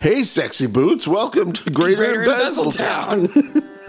Hey, sexy boots, welcome to Greater, Greater Embezzle Town. Embezzle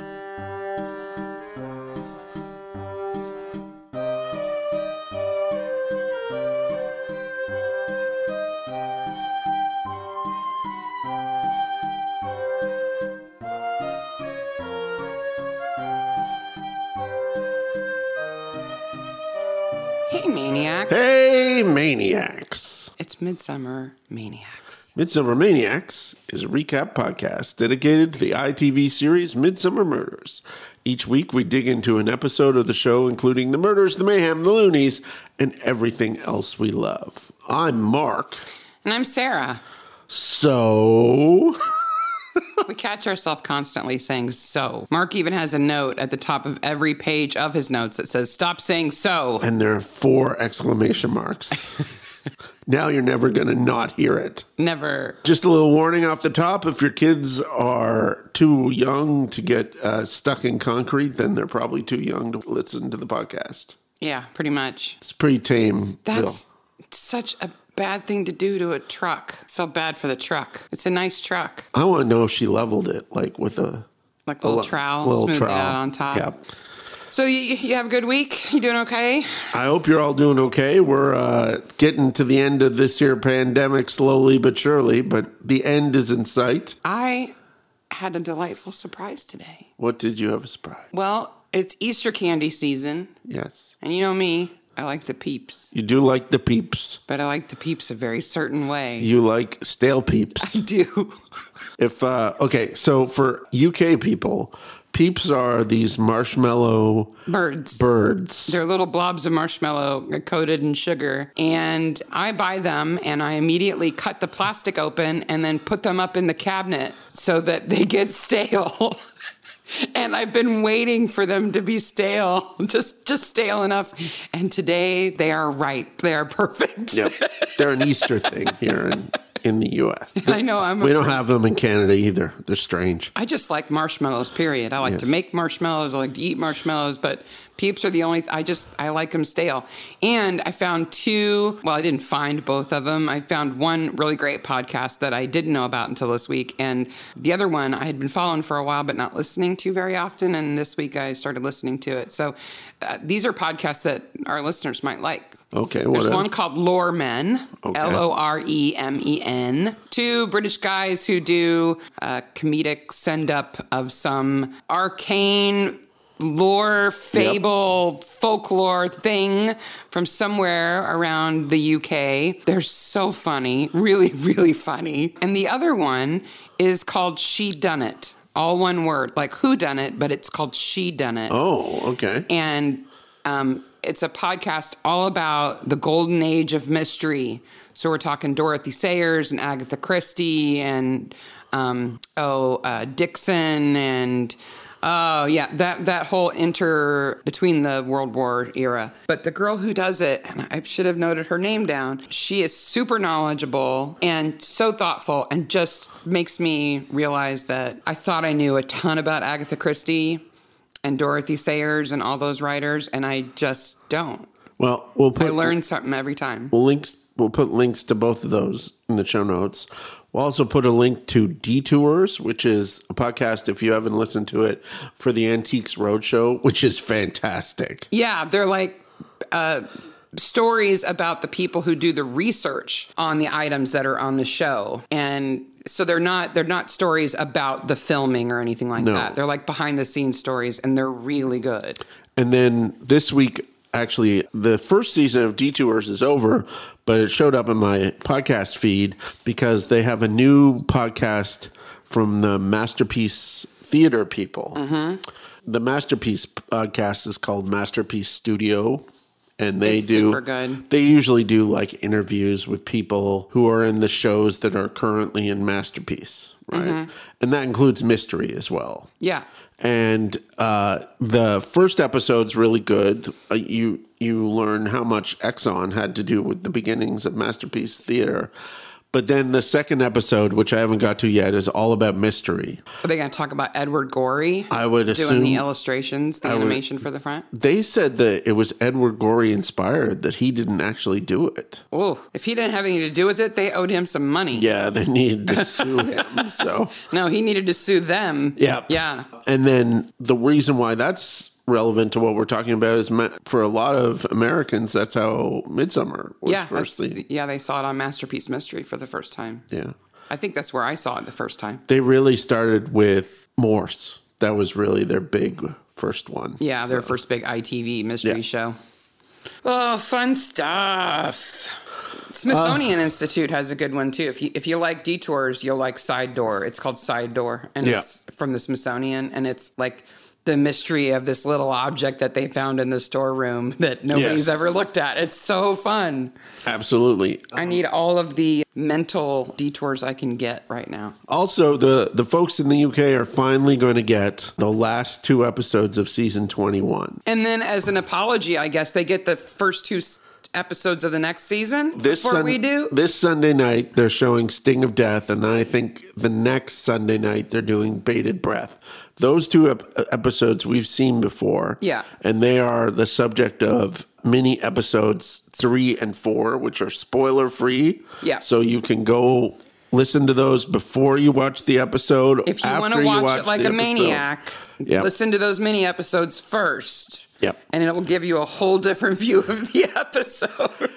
Hey, maniacs. hey, Maniacs. It's Midsummer Maniacs. Midsummer Maniacs is a recap podcast dedicated to the ITV series Midsummer Murders. Each week, we dig into an episode of the show, including the murders, the mayhem, the loonies, and everything else we love. I'm Mark. And I'm Sarah. So, We catch ourselves constantly saying so. Mark even has a note at the top of every page of his notes that says, Stop saying so. and there are four exclamation marks. now you're never going to not hear it. Never. Just a little warning off the top if your kids are too young to get uh, stuck in concrete, then they're probably too young to listen to the podcast. Yeah, pretty much. It's pretty tame. That's Bill. such a bad thing to do to a truck. Felt bad for the truck. It's a nice truck. I want to know if she leveled it, like with a Like a a little le- trowel, little smoothed trowel. it out on top. Yeah. So you, you have a good week? You doing okay? I hope you're all doing okay. We're uh, getting to the end of this here pandemic slowly but surely, but the end is in sight. I had a delightful surprise today. What did you have a surprise? Well, it's Easter candy season, Yes. and you know me, I like the peeps, You do like the peeps. but I like the peeps a very certain way. You like stale peeps. I do. If uh, okay, so for UK people, peeps are these marshmallow Birds. birds. They're little blobs of marshmallow coated in sugar. And I buy them and I immediately cut the plastic open and then put them up in the cabinet so that they get stale. and I've been waiting for them to be stale, just just stale enough. And today they are right. They are perfect. Yep, they're an Easter thing here in in the US. I know I'm a We don't have them in Canada either. They're strange. I just like marshmallows, period. I like to Yes. make marshmallows. I like to eat marshmallows, but peeps are the only, I just, I like them stale. And I found two, well, I didn't find both of them. I found one really great podcast that I didn't know about until this week. And the other one I had been following for a while, but not listening to very often. And this week I started listening to it. So uh, these are podcasts that our listeners might like. Okay, There's what one else? called Lore Men, Okay. L O R E M E N. Two British guys who do a comedic send up of some arcane lore, fable, folklore thing from somewhere around the UK. They're so funny, really, really funny. And the other one is called She Done It, all one word, like Who Done It, but it's called She Done It Oh, okay. and um, it's a podcast all about the golden age of mystery. So we're talking Dorothy Sayers and Agatha Christie and um, oh uh, Dixon and oh yeah that that whole inter between the World War era. But the girl who does it, and I should have noted her name down. She is super knowledgeable and so thoughtful, and just makes me realize that I thought I knew a ton about Agatha Christie and Dorothy Sayers and all those writers, and I just don't. Well, we'll I put learn something every time. we'll links. We'll put links to both of those in the show notes. We'll also put a link to Detours, which is a podcast. If you haven't listened to it, for the Antiques Roadshow, which is fantastic. Yeah, they're like uh, stories about the people who do the research on the items that are on the show, and so they're not they're not stories about the filming or anything like No. that. They're like behind the scenes stories, and they're really good. And then this week, actually, the first season of Detours is over, but it showed up in my podcast feed because they have a new podcast from the Masterpiece Theater people. Mm-hmm. The Masterpiece podcast is called Masterpiece Studio. And they It's do super good. they usually do like interviews with people who are in the shows that are currently in Masterpiece, right? Mm-hmm. And that includes mystery as well Yeah, and uh, the first episode's really good. Uh, you you learn how much Exxon had to do with the beginnings of Masterpiece Theater, But then the second episode, which I haven't got to yet, is all about mystery. Are they going to talk about Edward Gorey? I would doing assume the illustrations, the would- animation for the front. they said that it was Edward Gorey inspired that he didn't actually do it. Oh, if he didn't have anything to do with it, they owed him some money. Yeah, they needed to sue him. So No, he needed to sue them. Yeah. Yeah. And then the reason why that's relevant to what we're talking about is ma- for a lot of Americans, that's how Midsummer was yeah. first that's- seen. Yeah. They saw it on Masterpiece Mystery for the first time. Yeah. I think that's where I saw it the first time. They really started with Morse. That was really their big first one. Yeah. Their first big ITV mystery Yeah. show. Oh, fun stuff. Uh. Smithsonian Institute has a good one too. If you if you like detours, you'll like Side Door. It's called Side Door, and Yeah. it's from the Smithsonian, and it's like the mystery of this little object that they found in the storeroom that Yes. nobody's ever looked at. It's so fun. Absolutely. I need all of the mental detours I can get right now. Also, the, the folks in the UK are finally going to get the last two episodes of season 21. And then, as an apology, I guess they get the first two s- episodes of the next season This, before Sun- we do. this Sunday night, they're showing Sting of Death, and I think the next Sunday night, they're doing Bated Breath. Those two ep- episodes we've seen before. Yeah. And they are the subject of mini episodes three and four, which are spoiler free. Yeah. So you can go listen to those before you watch the episode. if you after want to watch, watch it like a the episode. maniac, Yep. listen to those mini episodes first. Yep. And it'll give you a whole different view of the episode.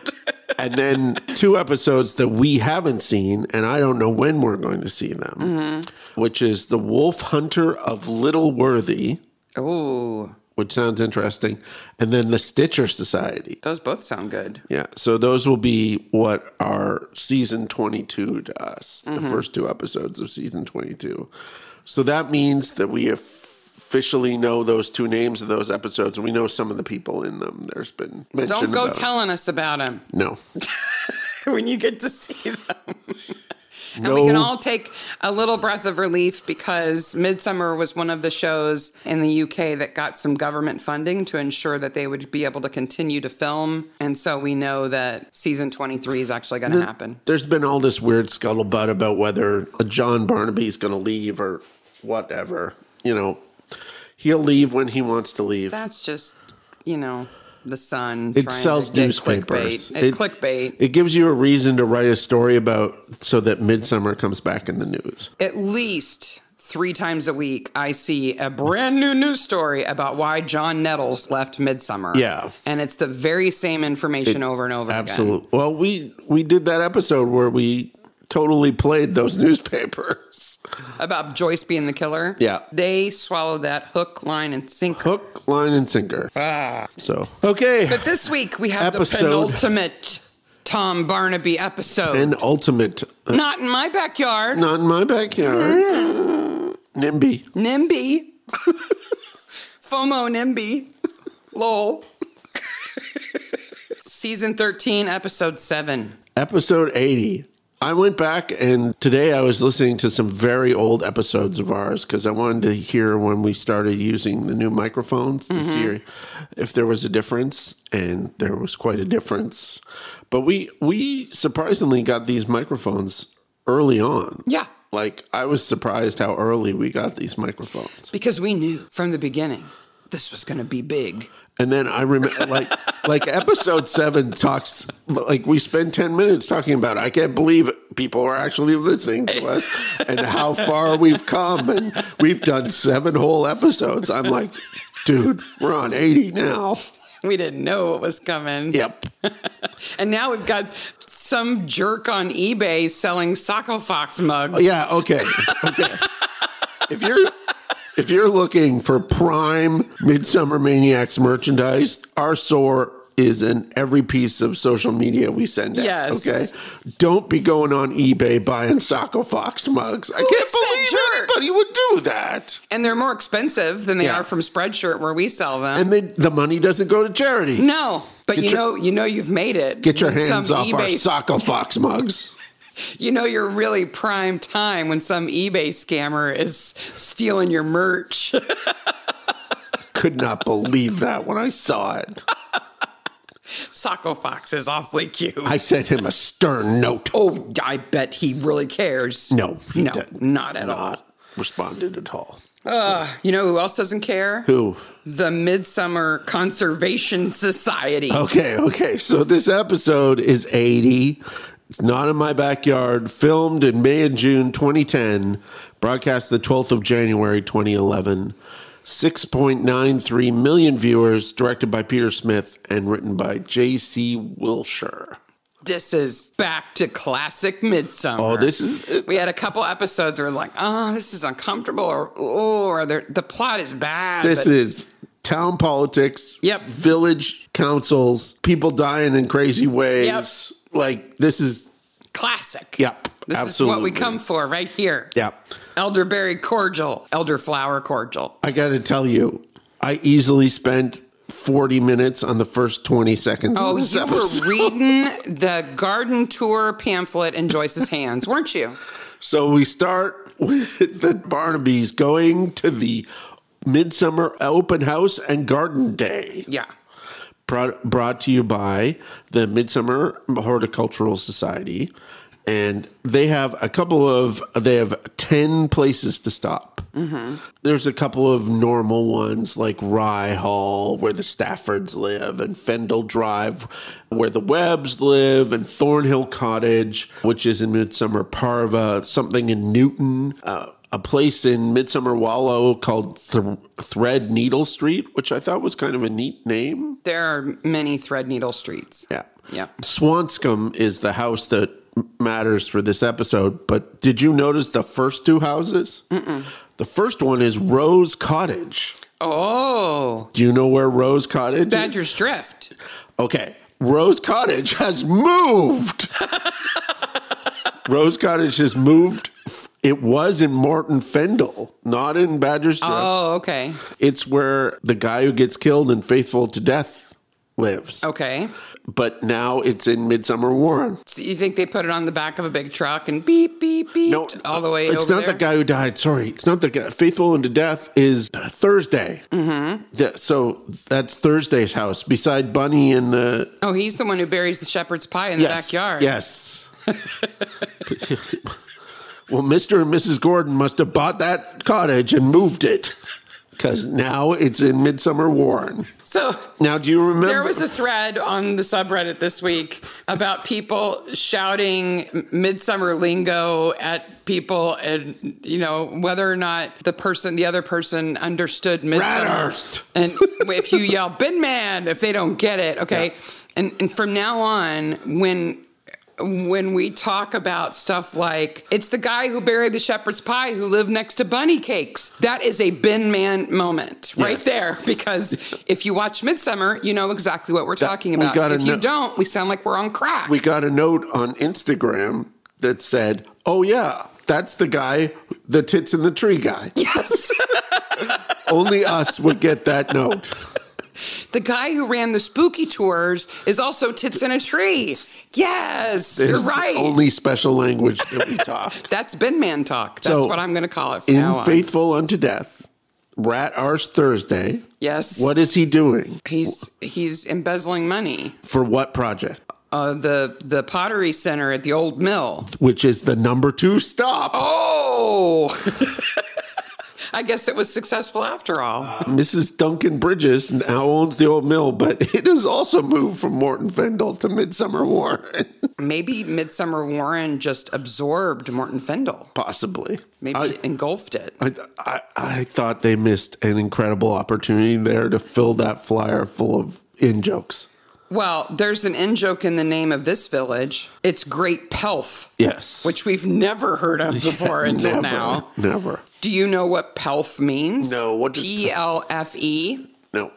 and then two episodes that we haven't seen, and I don't know when we're going to see them, Mm-hmm. which is The Wolf Hunter of Little Worthy, oh, which sounds interesting, and then The Stitcher Society. those both sound good. Yeah, so those will be what are season 22 to us, Mm-hmm. the first two episodes of season 22. So that means that we officially know those two names of those episodes. We know some of the people in them. There's been mention Don't go about- telling us about them No. when you get to see them. And no. we can all take a little breath of relief because Midsummer was one of the shows in the UK that got some government funding to ensure that they would be able to continue to film. And so we know that season 23 is actually going to happen. There's been all this weird scuttlebutt about whether John Barnaby's going to leave or whatever. You know, he'll leave when he wants to leave. That's just, you know, the sun. it sells newspapers. Clickbait. It, clickbait. It gives you a reason to write a story about so that Midsummer comes back in the news. At least three times a week, I see a brand new news story about why John Nettles left Midsummer. Yeah. And it's the very same information over and over again. Absolutely. Well, we we did that episode where we totally played those newspapers. About Joyce being the killer. Yeah. They swallowed that hook, line, and sinker. Hook, line, and sinker. So okay, But this week, we have Episode. the penultimate Tom Barnaby episode. and ultimate. uh, Not in my backyard. Not in my backyard. NIMBY. NIMBY. FOMO NIMBY. LOL. Season 13, episode 7. episode 80 i went back and today i was listening to some very old episodes of ours because i wanted to hear when we started using the new microphones to see if there was a difference and there was quite a difference but we we surprisingly got these microphones early on Yeah. like i was surprised how early we got these microphones Because we knew from the beginning this was going to be big. And then I remember, like, like episode seven talks, like we spend ten minutes talking about. I can't believe people are actually listening to us and how far we've come, and we've done seven whole episodes. I'm like, dude, we're on eighty now. We didn't know what was coming. Yep. And now we've got some jerk on eBay selling Socko Fox mugs. Oh, Yeah. Okay. Okay. If you're if you're looking for prime Midsummer Maniacs merchandise, our store is in every piece of social media we send out. Yes. Okay. Don't be going on eBay buying Socko Fox mugs. I is that jerk? can't believe anybody would do that. And they're more expensive than they Yeah. are from Spreadshirt where we sell them. And they, the money doesn't go to charity. no, but Get you your- know, you know, you've made it. Get your when hands some off our eBay Socko Fox mugs. you know you're really prime time when some eBay scammer is stealing your merch. Could not believe that when I saw it. Socko Fox is awfully cute. I sent him a stern note. oh, I bet he really cares. No, he no, did not at all. Not responded at all. Uh, you know who else doesn't care? Who? The Midsummer Conservation Society. Okay, okay. So this episode is 80. It's not in my backyard. Filmed in May and June 2010. Broadcast the 12th of January 2011. 6.93 million viewers. Directed by Peter Smith and written by J.C. Wilshire. This is back to classic Midsummer. Oh, this is. We had a couple episodes where it was like, oh, this is uncomfortable, or oh, or there- the plot is bad. This but- is town politics. Yep. Village councils. People dying in crazy ways. Yep. Like this is. classic. Yep. This absolutely. is what we come for right here. Yep. Elderberry cordial, elderflower cordial. I got to tell you, I easily spent 40 minutes on the first 20 seconds. Oh, of this you episode. were reading the garden tour pamphlet in Joyce's hands, weren't you? So we start with the Barnabys going to the Midsummer Open House and Garden Day, Yeah. brought, brought to you by the Midsummer Horticultural Society. And they have a couple of, they have 10 places to stop. There's a couple of normal ones like Rye Hall, where the Staffords live, and Fendel Drive, where the Webbs live, and Thornhill Cottage, which is in Midsummer Parva, something in Newton, uh, a place in Midsummer Wallow called Th- Thread Needle Street, which I thought was kind of a neat name. There are many thread needle streets. Yeah. Yeah. Swanscombe is the house that matters for this episode, but did you notice the first two houses? The first one is Rose Cottage. Oh, Do you know where Rose Cottage? is? Badger's Drift. Okay. Rose Cottage has moved. Rose Cottage has moved. It was in Morton Fendel, not in Badger's Drift. Oh, okay. It's where the guy who gets killed and faithful to death lives. Okay. But now it's in Midsummer Warren. So you think they put it on the back of a big truck and beep, beep, beep No, all the way It's over not there? the guy who died. Sorry, it's not the guy. Faithful unto death is Thursday. Mm-hmm. so that's Thursday's house beside Bunny and the Oh, he's the one who buries the shepherd's pie in the Yes, backyard. Yes. well, Mr. and Mrs. Gordon must have bought that cottage and moved it because now it's in Midsummer Warren. So Now, do you remember? there was a thread on the subreddit this week about people shouting m- midsummer lingo at people and, you know, whether or not the person, the other person understood midsummer. Rathurst. And if you yell, bin man, if they don't get it, okay. And, and from now on, when when we talk about stuff like it's the guy who buried the shepherd's pie who lived next to bunny cakes that is a bin man moment right Yes. there because if you watch midsummer you know exactly what we're talking we about gotta if you know- don't we sound like we're on crack we got a note on Instagram that said, oh, yeah, that's the guy, the tits in the tree guy. yes Only us would get that note. the guy who ran the spooky tours is also tits in a tree yes you're It's the right Only special language that we talk. that's bin man talk that's So, what i'm going to call it from now in on Faithful Unto Death, Rat Arse Thursday. yes What is he doing? he's he's embezzling money For what project? uh, the the pottery center at the old mill. Which is the number two stop. Oh, I guess it was successful after all. Mrs. Duncan Bridges now owns the old mill, but it has also moved from Morton Fendel to Midsummer Warren. Maybe Midsummer Warren just absorbed Morton Fendel. Possibly. Maybe I, it engulfed it. I, I, I thought they missed an incredible opportunity there to fill that flyer full of in jokes. Well, there's an in joke in the name of this village. It's Great Pelf, Yes. which we've never heard of before until never, now. Never. Do you know what Pelf means? No, what does- P L F E? No.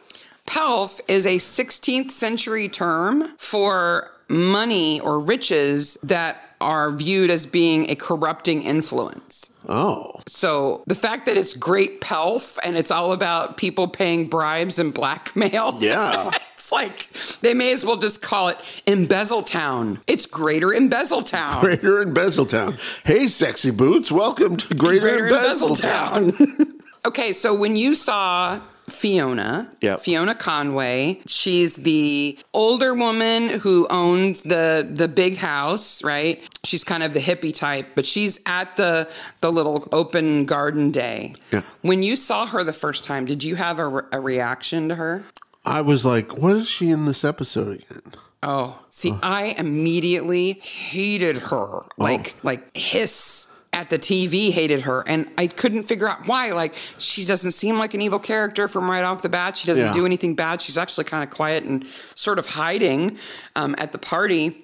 Pelf is a 16th century term for money or riches that are viewed as being a corrupting influence. Oh. So the fact that it's great pelf and it's all about people paying bribes and blackmail. Yeah. It's like they may as well just call it Embezzle Town. It's Greater Embezzle Town. Greater Embezzletown. Hey, sexy boots. Welcome to Greater, Greater Embezzletown. Embezzle Town. okay, so when you saw Fiona. Yep. Fiona Conway. She's the older woman who owns the the big house, right? She's kind of the hippie type, but she's at the the little open garden day. Yeah. When you saw her the first time, did you have a, re- a reaction to her? I was like, what is she in this episode again? Oh, Oh. see, I immediately hated her. Like, like hiss at the TV hated her, and I couldn't figure out why. Like, she doesn't seem like an evil character from right off the bat. She doesn't Yeah. do anything bad. She's actually kind of quiet and sort of hiding um, at the party.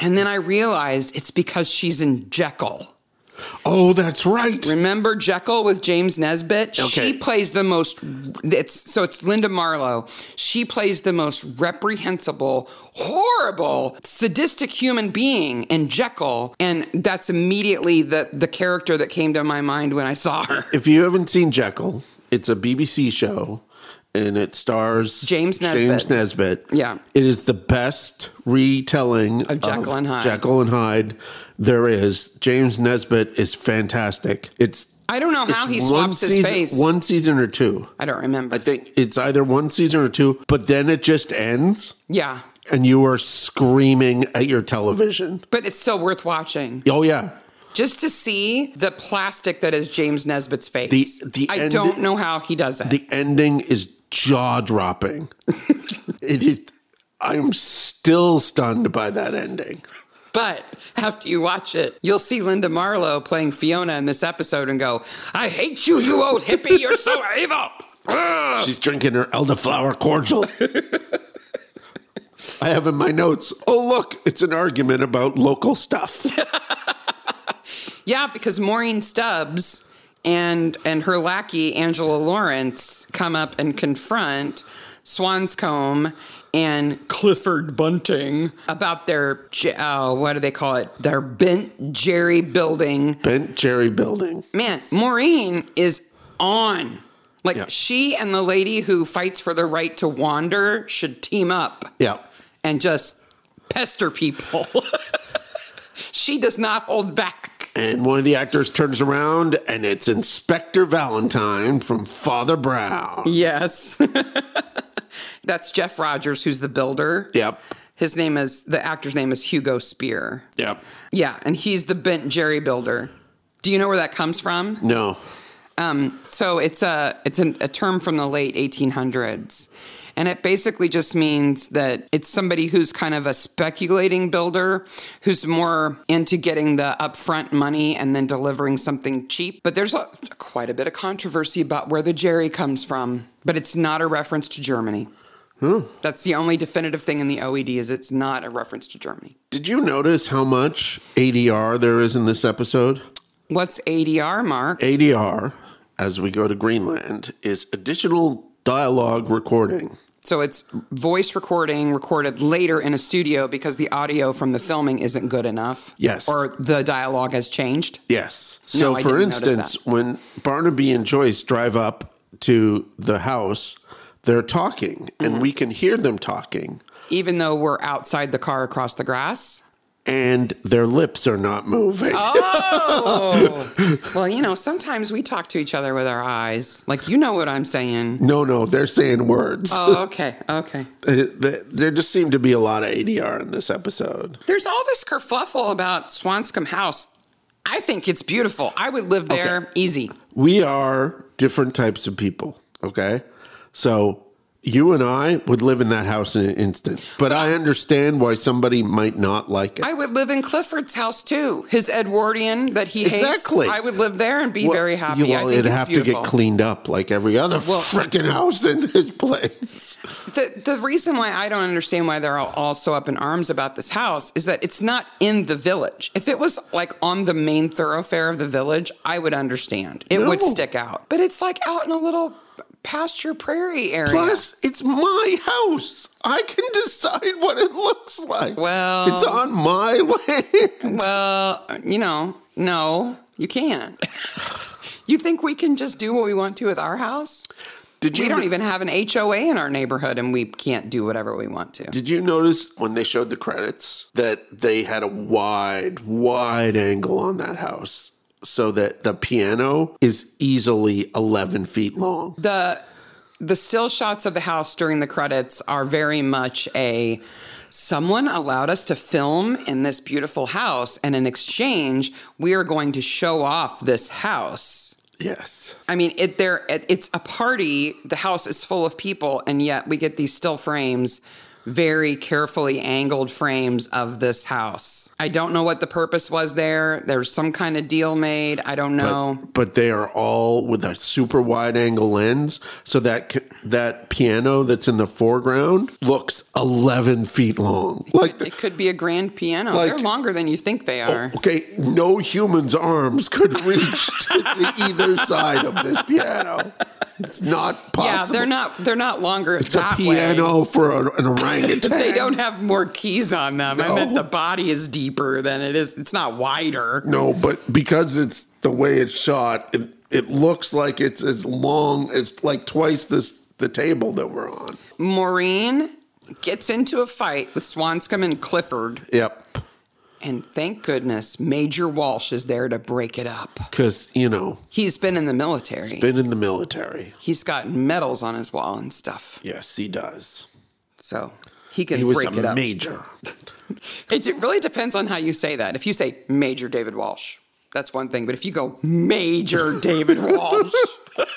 And then I realized it's because she's in Jekyll. Oh, that's right. Remember Jekyll with James Nesbitt? Okay. She plays the most. It's so it's Linda Marlowe. She plays the most reprehensible, horrible, sadistic human being in Jekyll, and that's immediately the the character that came to my mind when I saw her. if you haven't seen Jekyll, it's a BBC show and it stars James James Nesbitt. Nesbitt. Yeah. It is the best retelling of Jekyll and Hyde. Jekyll and Hyde there is. James Nesbitt is fantastic. It's I don't know how it's he one swaps his season- face. One season or two. I don't remember. I think it's either one season or two, but then it just ends yeah, and you are screaming at your television. but it's still worth watching Oh yeah. just to see the plastic that is James Nesbitt's face. The- the I end- don't know how he does it. The ending is jaw dropping. it is. I'm still stunned by that ending. But after you watch it, you'll see Linda Marlowe playing Fiona in this episode and go, I hate you, you old hippie. You're so evil. Ugh. She's drinking her elderflower cordial. I have in my notes. Oh look, it's an argument about local stuff. Yeah, because Maureen Stubbs and and her lackey Angela Lawrence come up and confront Swanscombe and Clifford Bunting about their j- oh, what do they call it? Their bent Jerry building Bent Jerry Building. man, Maureen is on. Like Yeah. she and the lady who fights for the right to wander should team up Yeah. and just pester people. she does not hold back. And one of the actors turns around, and it's Inspector Valentine from Father Brown. Yes. That's Jeff Rogers, who's the builder. Yep. His name is, the actor's name is Hugo Spear. Yep. Yeah, and he's the bent Jerry builder. Do you know where that comes from? No. Um, so it's a it's an, a term from the late 1800s, and it basically just means that it's somebody who's kind of a speculating builder who's more into getting the upfront money and then delivering something cheap. But there's a, quite a bit of controversy about where the Jerry comes from, but it's not a reference to Germany. That's the only definitive thing in the OED is it's not a reference to Germany. Did you notice how much ADR there is in this episode? What's ADR, Mark? ADR, as we go to Greenland, is additional dialogue recording. So it's voice recording recorded later in a studio because the audio from the filming isn't good enough. Yes. Or the dialogue has changed. Yes. So, No, I for didn't notice instance, when Barnaby and Joyce drive up to the house, they're talking Mm-hmm. and we can hear them talking, Even though we're outside the car across the grass. and their lips are not moving. Oh. well, you know, sometimes we talk to each other with our eyes. Like, you know what I'm saying. No, no, they're saying words. Oh, okay. Okay. They- they- there just seemed to be a lot of ADR in this episode. There's all this kerfluffle about Swanscombe House. I think it's beautiful. I would live there easy. we are different types of people. Okay. So you and I would live in that house in an instant, but I understand why somebody might not like it. I would live in Clifford's house too. His Edwardian that he Exactly. hates. I would live there and be Well, very happy. Well, I think it'd it's have beautiful. to get cleaned up like every other Well- freaking house in this place. The, the reason why I don't understand why they're all, all so up in arms about this house is that it's not in the village. If it was like on the main thoroughfare of the village, I would understand. It would No. stick out. But it's like out in a little pasture prairie area. Plus, it's my house. I can decide what it looks like. Well- it's on my land. well, you know, no, you can't. you think we can just do what we want to with our house? Did you We don't even have an HOA in our neighborhood and we can't do whatever we want to. Did you notice when they showed the credits that they had a wide, wide angle on that house so that the piano is easily 11 feet long? The the still shots of the house during the credits are very much a someone allowed us to film in this beautiful house and in exchange we are going to show off this house Yes. i mean it there it, it's a party the house is full of people and yet we get these still frames very carefully angled frames of this house i don't know what the purpose was there there's some kind of deal made i don't know But they are all with a super wide angle lens, so that c- that piano that's in the foreground looks eleven feet long. Like, It could be a grand piano. Like- oh, They're longer than you think they are. okay, no human's arms could reach to the either side of this piano. It's not possible. yeah, they're not. They're not longer It's a that way. piano for an, an orangutan. They don't have more keys on them. I meant No. the body is deeper than it is. It's not wider. No, but because it's the way it's shot, it, it looks like it's as long. It's like twice this the table that we're on. Maureen gets into a fight with Swanscombe and Clifford, Yep. and thank goodness Major Walsh is there to break it up. Because you know, He's been in the military. been in the military. He's got medals on his wall and stuff, Yes, he does. so he can He was break it a up. major. It de- really depends on how you say that. If you say Major David Walsh, that's one thing. But if you go Major David Walsh,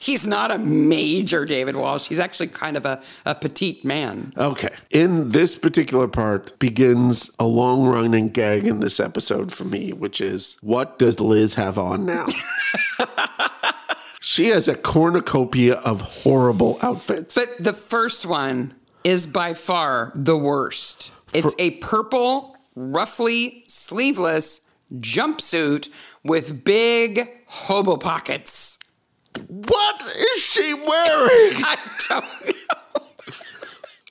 he's not a Major David Walsh. He's actually kind of a, a petite man. Okay. In this particular part begins a long running gag in this episode for me, which is what does Liz have on now? she has a cornucopia of horrible outfits. But the first one is by far the worst. It's a purple, roughly sleeveless jumpsuit with big hobo pockets. What is she wearing? I don't know.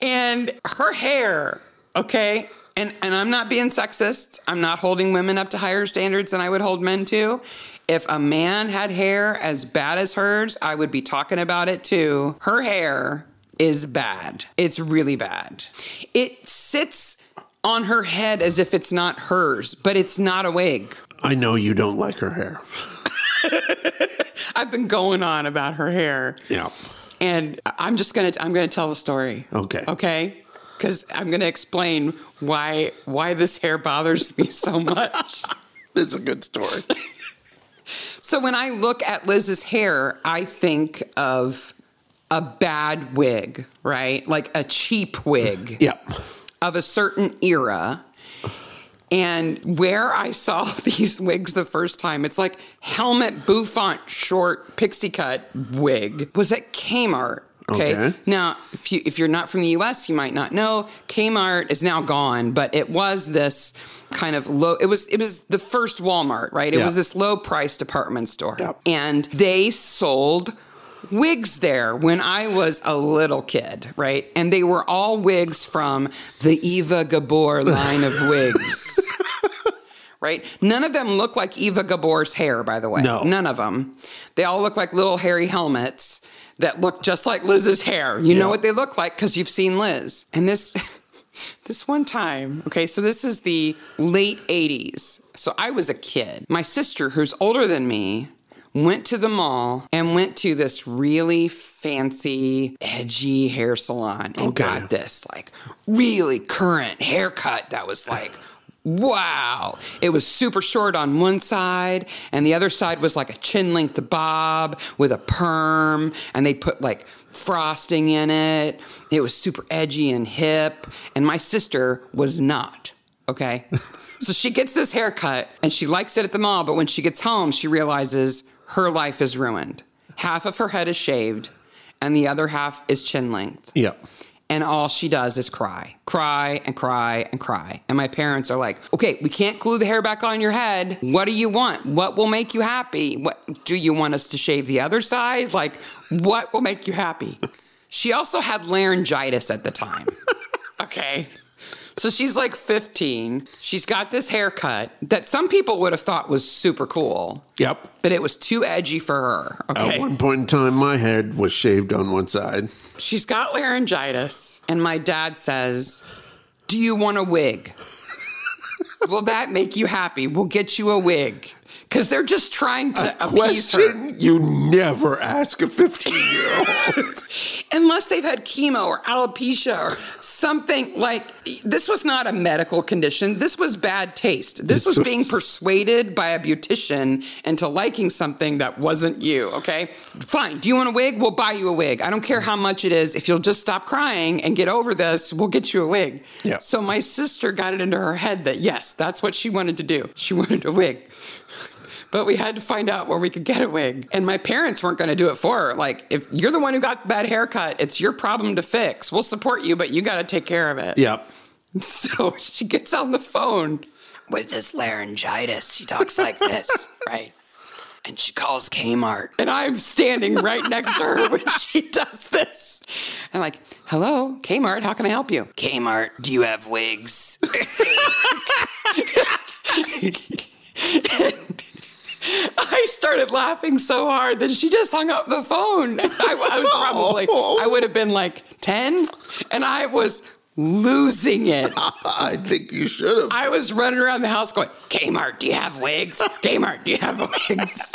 And her hair, okay? And and I'm not being sexist. I'm not holding women up to higher standards than I would hold men to. If a man had hair as bad as hers, I would be talking about it too. Her hair is bad. It's really bad. It sits on her head as if it's not hers, but it's not a wig. I know you don't like her hair. I've been going on about her hair. Yeah. and I'm just gonna I'm gonna tell the story. Okay. Okay. Because I'm gonna explain why why this hair bothers me so much. This is a good story. so when I look at Liz's hair, I think of a bad wig, right? Like a cheap wig. Yep. of a certain era. And where I saw these wigs the first time, it's like helmet bouffant short pixie cut wig was at Kmart. Okay. Okay. Now, if you if you're not from the US, you might not know. Kmart is now gone, but it was this kind of low it was it was the first Walmart, right? It Yeah. was this low price department store. Yep. And they sold wigs there when I was a little kid, right? And they were all wigs from the Eva Gabor line of wigs. Right? None of them look like Eva Gabor's hair, by the way. No. None of them. They all look like little hairy helmets that look just like Liz's hair. You know Yeah. what they look like because you've seen Liz. And this this one time, okay, so this is the late 80s. So I was a kid. My sister, who's older than me, went to the mall and went to this really fancy, edgy hair salon and Okay. got this like really current haircut that was like, wow. It was super short on one side, and the other side was like a chin length bob with a perm, and they put like frosting in it. It was super edgy and hip, and my sister was not. Okay. so she gets this haircut and she likes it at the mall, but when she gets home, she realizes her life is ruined. Half of her head is shaved, and the other half is chin length Yep. and all she does is cry, cry and cry and cry. And my parents are like, "Okay, we can't glue the hair back on your head. What do you want? What will make you happy? What do you want us to shave the other side? Like, what will make you happy?" She also had laryngitis at the time. okay. So she's like 15. She's got this haircut that some people would have thought was super cool, Yep. but it was too edgy for her. Okay. At one point in time, my head was shaved on one side. She's got laryngitis. And my dad says, Do you want a wig? Will that make you happy? We'll get you a wig. because they're just trying Uh, to appease her. Question you never ask a 15 year old. Unless they've had chemo or alopecia or something like this was not a medical condition. This was bad taste. This, This was, was- being persuaded by a beautician into liking something that wasn't you. Okay, fine. Do you want a wig? We'll buy you a wig. I don't care how much it is. If you'll just stop crying and get over this, we'll get you a wig. Yeah. So my sister got it into her head that yes, that's what she wanted to do. She wanted a wig. but we had to find out where we could get a wig. And my parents weren't going to do it for her. Like, if you're the one who got the bad haircut, it's your problem to fix. We'll support you, but you got to take care of it. yep. So she gets on the phone with this laryngitis. She talks like this, right? And she calls Kmart. And I'm standing right next to her when she does this. I'm like, hello, Kmart, how can I help you? Kmart, do you have wigs? I started laughing so hard that she just hung up the phone. I, I was probably, I would have been like 10, and I was losing it. I think you should have. I was running around the house going, Kmart, do you have wigs? Kmart, do you have wigs?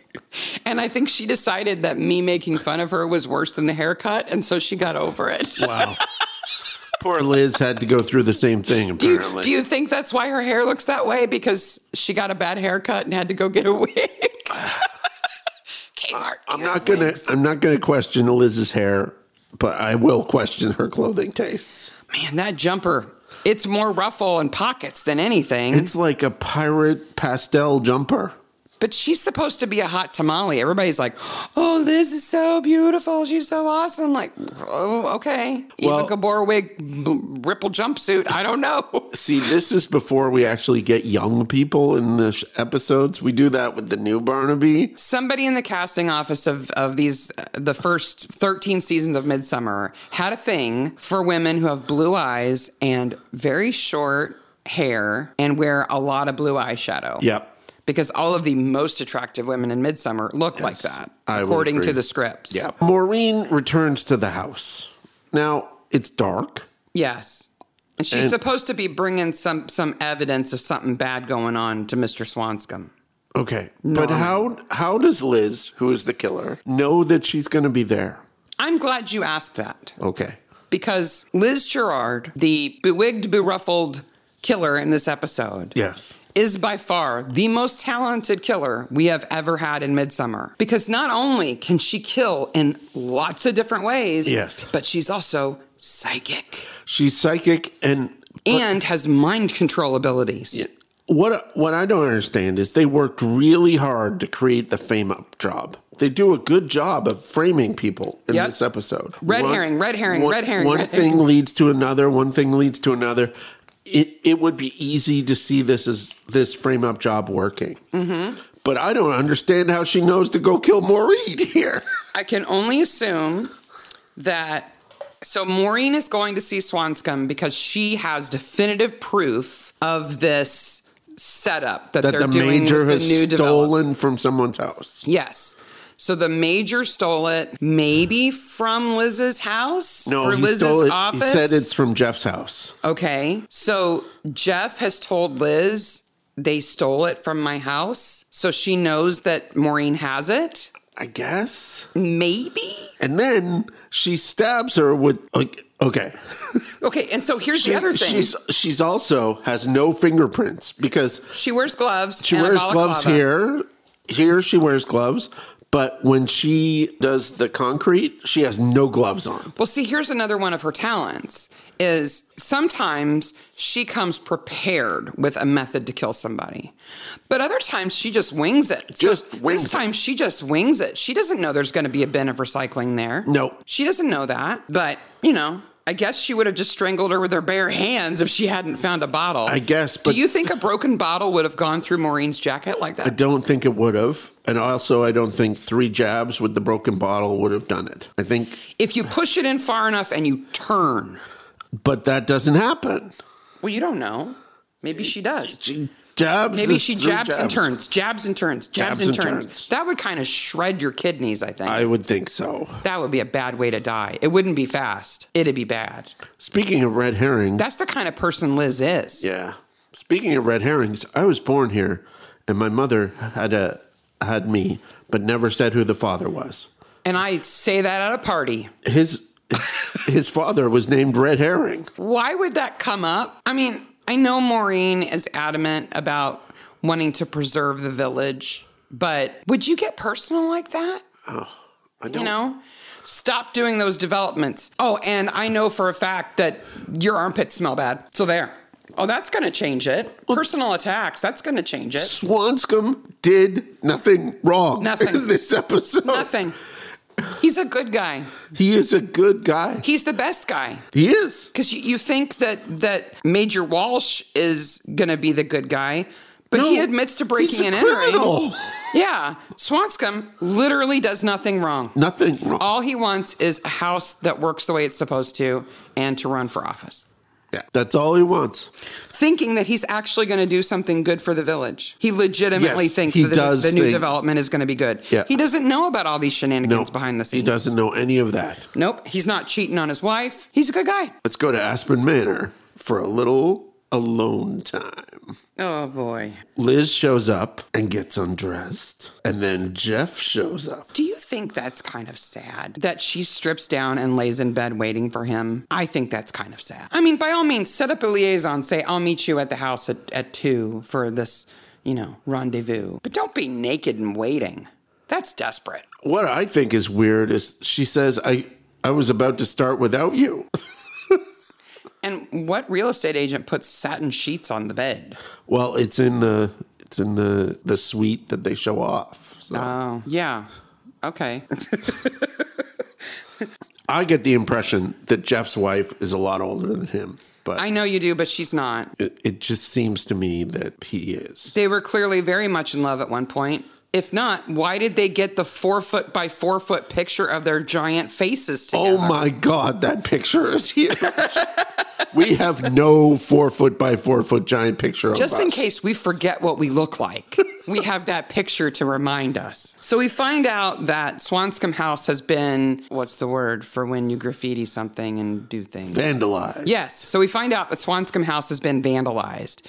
and I think she decided that me making fun of her was worse than the haircut, and so she got over it. Wow. Poor Liz had to go through the same thing, Do apparently. you, do you think that's why her hair looks that way? Because she got a bad haircut and had to go get a wig? Kmart. do I'm you not have gonna. wigs? I'm not gonna question Liz's hair, but I will question her clothing tastes. Man, that jumper, it's more ruffle and pockets than anything. It's like a pirate pastel jumper. But she's supposed to be a hot tamale. Everybody's like, "Oh, Liz is so beautiful. She's so awesome." Like, oh, okay. Well- Eva Gabor wig, b- ripple jumpsuit. I don't know. See, this is before we actually get young people in the sh- episodes. We do that with the new Barnaby. Somebody in the casting office of of these uh, the first thirteen seasons of Midsummer had a thing for women who have blue eyes and very short hair and wear a lot of blue eyeshadow. Yep. Because all of the most attractive women in Midsummer look like that, I would according to agree. the scripts. Yeah. Maureen returns to the house. Now it's dark. Yes. And she's And- supposed to be bringing some some evidence of something bad going on to Mr. Swanscombe. Okay, but how how does Liz, who is the killer, know that she's going to be there? I'm glad you asked that Okay. because Liz Gerard, the bewigged, beruffled killer in this episode, Yes. is by far the most talented killer we have ever had in Midsummer. Because not only can she kill in lots of different ways, Yes. but she's also psychic She's psychic and and has mind control abilities. What what I don't understand is they worked really hard to create the fame up job. They do a good job of framing people in Yep. this episode. Red herring, red herring, one- red herring, One red thing leads to another. One thing leads to another. It it would be easy to see this as this frame up job working. Mm-hmm. But I don't understand how she knows to go kill Maureen here. I can only assume that. So Maureen is going to see Swanscombe because she has definitive proof of this setup that, That they're the doing major with has the new stolen development. from someone's house. Yes. So the major stole it, maybe from Liz's house No, or he Liz's stole it. office. He said it's from Jeff's house. Okay. So Jeff has told Liz they stole it from my house, so she knows that Maureen has it. I guess. Maybe. And then she stabs her with like okay. Okay. And so here's She- the other thing. She's she's also has no fingerprints because She wears gloves. she and a wears gloves balaclava. here. Here she wears gloves, but when she does the concrete, she has no gloves on. Well, see, here's another one of her talents is sometimes she comes prepared with a method to kill somebody. But other times she just wings it. So Just wings This it. time she just wings it. She doesn't know there's going to be a bin of recycling there. No. She doesn't know that, but you know, I guess she would have just strangled her with her bare hands if she hadn't found a bottle. I guess, but- Do you think a broken bottle would have gone through Maureen's jacket like I that? don't think it would have. And also I don't think three jabs with the broken bottle would have done it. I think If you push it in far enough and you turn. but that doesn't happen. Well, you don't know. Maybe she does. She jabs Maybe is she three jabs, and turns, jabs and turns, jabs, Jabs and and turns. turns. That would kind of shred your kidneys, I think. I would think so. that would be a bad way to die. It wouldn't be fast. It'd be bad. Speaking of red herring, That's the kind of person Liz is. Yeah. Speaking of red herrings, I was born here and my mother had a had me, but never said who the father was. And I say that at a party. His his father was named Red Herring. Why would that come up? I mean, I know Maureen is adamant about wanting to preserve the village, but would you get personal like that? Oh, I You don't- know? Stop doing those developments. Oh, and I know for a fact that your armpits smell bad. So there. Oh, that's going to change it. Personal attacks, that's going to change it. Swanscombe did nothing wrong Nothing. in this episode. Nothing. He's a good guy. He is a good guy. He's the best guy. He is. Because you, you think that that Major Walsh is going to be the good guy, but he No, admits to breaking he's and a entering. criminal. Yeah, Swanscombe literally does nothing wrong. Nothing wrong. All he wants is a house that works the way it's supposed to and to run for office. Yeah. That's all he wants. Thinking that he's actually going to do something good for the village. He legitimately Yes, thinks he that the, does the new think- development is going to be good. Yeah. He doesn't know about all these No, shenanigans behind the scenes. He doesn't know any of that. Nope, he's not cheating on his wife. He's a good guy. Let's go to Aspen Manor for a little alone time. Oh, boy. Liz shows up and gets undressed. And then Jeff shows up. Do you think that's kind of sad that she strips down and lays in bed waiting for him? I think that's kind of sad. I mean, by all means, set up a liaison. Say, I'll meet you at the house at, at two for this, you know, rendezvous. But don't be naked and waiting. That's desperate. What I think is weird is she says, I, I was about to start without you. And what real estate agent puts satin sheets on the bed? Well, it's in the it's in the the suite that they show off. So Oh, yeah. Okay. I get the impression that Jeff's wife is a lot older than him, but I know you do, but she's not. it, it just seems to me that he is. They were clearly very much in love at one point. If not, why did they get the four foot by four foot picture of their giant faces together? Oh my God, that picture is huge. we have no four foot by four foot giant picture of Just in us. case we forget what we look like, we have that picture to remind us. So we find out that Swanscombe House has been what's the word for when you graffiti something and do things? vandalized. Yes. So we find out that Swanscombe House has been vandalized.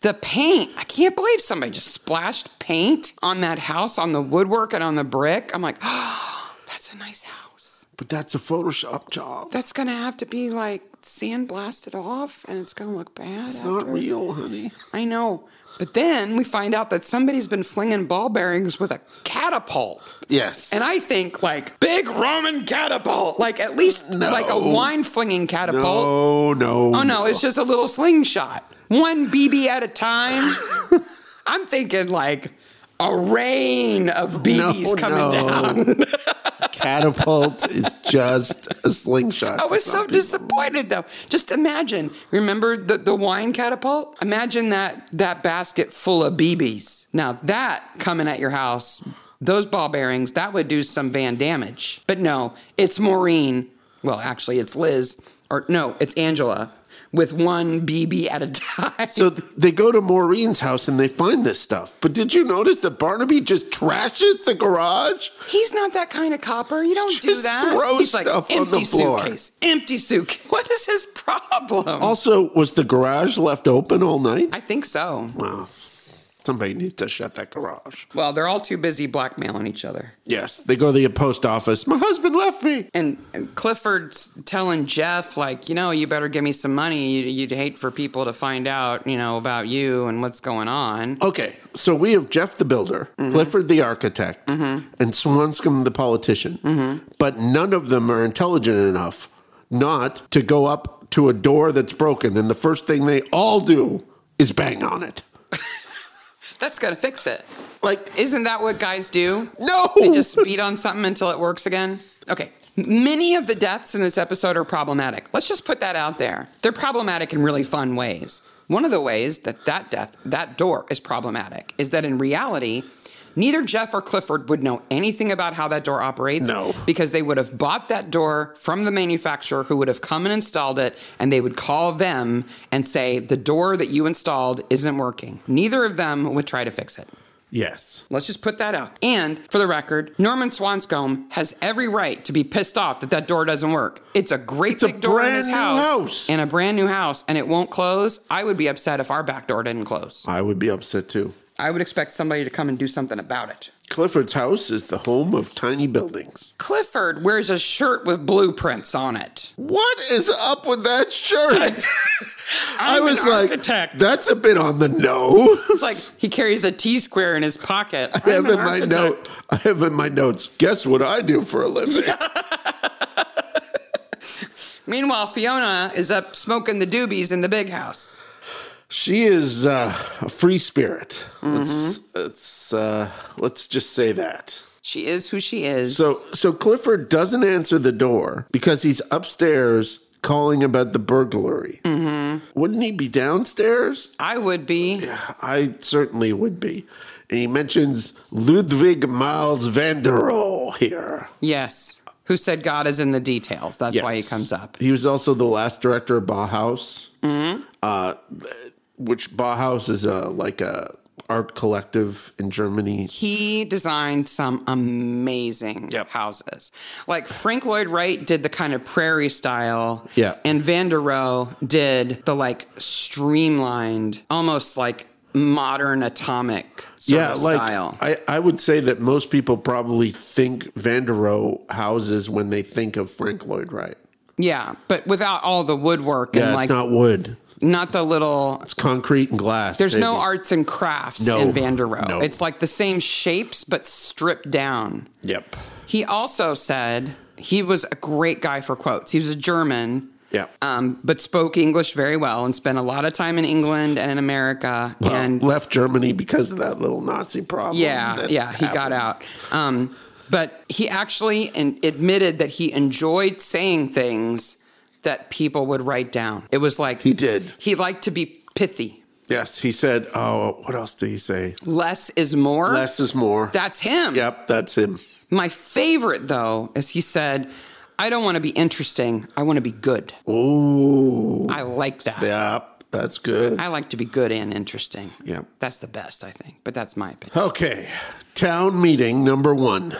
The paint, I can't believe somebody just splashed paint on that house, on the woodwork and on the brick. I'm like, oh, that's a nice house. But that's a Photoshop job. That's That's going to have to be like sandblasted off and it's going to look bad. It's not real, honey. I know. But then we find out that somebody's been flinging ball bearings with a catapult. Yes. And I think like big Roman catapult, like at least No. like a wine flinging catapult. no, no. Oh no, it's just a little slingshot. One BB at a time. I'm thinking like a rain of BBs coming down. Catapult is just a slingshot. I was so disappointed though. Just imagine. Remember the, the wine catapult? Imagine that that basket full of BBs. Now that coming at your house, those ball bearings, that would do some van damage. But no, it's Maureen. Well, actually it's Liz. Or no, it's Angela with one BB at a time. So th- they go to Maureen's house and they find this stuff. But did you notice that Barnaby just trashes the garage? He's not that kind of copper. You don't do Just that. throw He's stuff like on the empty floor." suitcase. Empty suitcase. What is his problem? Also, was the garage left open all night? I think so. Well, somebody needs to shut that garage. Well, they're all too busy blackmailing each other. Yes, they go to the post office. My husband left me. And Clifford's telling Jeff, like, you know, you better give me some money. You'd, you'd hate for people to find out, you know, about you and what's going on. Okay, so we have Jeff the builder, Clifford the architect, and Swanscombe the politician. But none of them are intelligent enough not to go up to a door that's broken. And the first thing they all do is bang on it. That's going to fix it. Like, Isn't that what guys do? no! They just beat on something until it works again? Okay. Many of the deaths in this episode are problematic. Let's just put that out there. They're problematic in really fun ways. One of the ways that that death, that door is problematic is that in reality, neither Jeff or Clifford would know anything about how that door operates. No. Because they would have bought that door from the manufacturer who would have come and installed it, and they would call them and say, the door that you installed isn't working. Neither of them would try to fix it. yes. Let's just put that out. And for the record, Norman Swanscombe has every right to be pissed off that that door doesn't work. It's a great a big door in his brand new house, house. in a brand new house, and it won't close. I would be upset if our back door didn't close. I would be upset too. I would expect somebody to come and do something about it. Clifford's house is the home of tiny buildings. Clifford wears a shirt with blueprints on it. What is up with that shirt? I I'm was an like, architect. that's a bit on the no. It's like he carries a T square in his pocket. I have I'm an in my architect. note. I have in my notes. Guess what I do for a living? Meanwhile, Fiona is up smoking the doobies in the big house. She is uh, a free spirit. Let's let's uh, let's just say that. She is who she is. So so Clifford doesn't answer the door because he's upstairs calling about the burglary. Mm-hmm. Wouldn't he be downstairs? I would be. I certainly would be. And he mentions Ludwig Miles van der Rohe here. Yes. Who said God is in the details? That's why he Yes. comes up. He was also the last director of Bauhaus, uh, which Bauhaus is a, like a art collective in Germany. He designed some amazing Yep. houses. Like Frank Lloyd Wright did the kind of prairie style. Yeah. And Van der Rohe did the like streamlined, almost like modern atomic sort yeah, of like style. I, I would say that most people probably think Van der Rohe houses when they think of Frank Lloyd Wright. yeah. But without all the woodwork Yeah, and it's like not wood; not the little it's concrete and glass. There's no baby. arts and crafts No. in Van der Rohe. No. It's like the same shapes but stripped down. Yep. He also said he was a great guy for quotes. He was a German, Yeah. um, but spoke English very well and spent a lot of time in England and in America. Well, and Uh, left Germany because of that little Nazi problem. yeah, that yeah, he got happened. out. Um, but he actually in- admitted that he enjoyed saying things that people would write down. It was like He did. He liked to be pithy. Yes, he said. Oh, what else did he say? Less is more. Less is more. That's him. Yep, that's him. My favorite, though, is he said, I don't want to be interesting. I want to be good. Ooh. I like that. Yep, that's good. I like to be good and interesting. Yeah. That's the best, I think. But that's my opinion. Okay. Town meeting number one.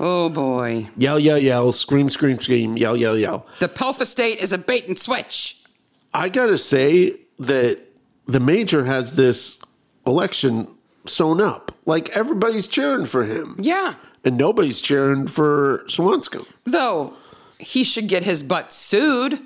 Oh, boy. Yell, yell, yell, scream, scream, scream, yell, yell, yell. The Pelf estate is a bait and switch. I gotta say that the major has this election sewn up. Like everybody's cheering for him. Yeah. And nobody's cheering for Swanscombe. Though he should get his butt sued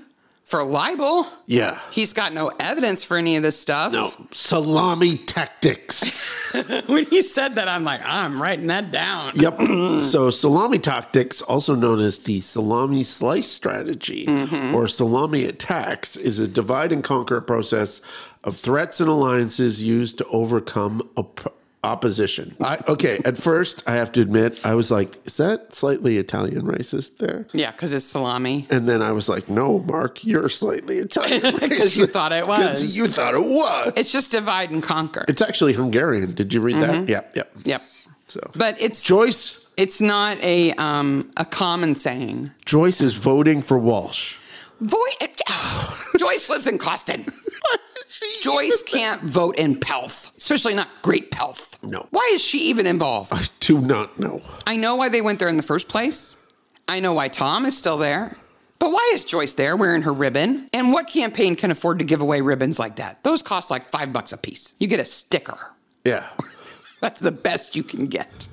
for libel. Yeah. He's got no evidence for any of this stuff. No. Salami tactics. when he said that, I'm like, I'm writing that down. Yep. so salami tactics, also known as the salami slice strategy Mm-hmm. or salami attacks, is a divide and conquer process of threats and alliances used to overcome op- opposition. I, okay, at first, I have to admit, I was like, is that slightly Italian racist there? Yeah, because it's salami. And then I was like, no, Mark, you're slightly Italian 'Cause you racist. thought it 'Cause was. You thought it was. It's just divide and conquer. It's actually Hungarian. Did you read that? Yep, yep. Mm-hmm. Yep. So, But it's Joyce It's not a um a common saying. Joyce is voting for Walsh. Voi- Joyce lives in Costin. Joyce can't vote in Pelf, especially not Great Pelf. No. Why is she even involved? I do not know. I know why they went there in the first place. I know why Tom is still there. But why is Joyce there wearing her ribbon? And what campaign can afford to give away ribbons like that? Those cost like five bucks a piece. You get a sticker. Yeah. That's the best you can get.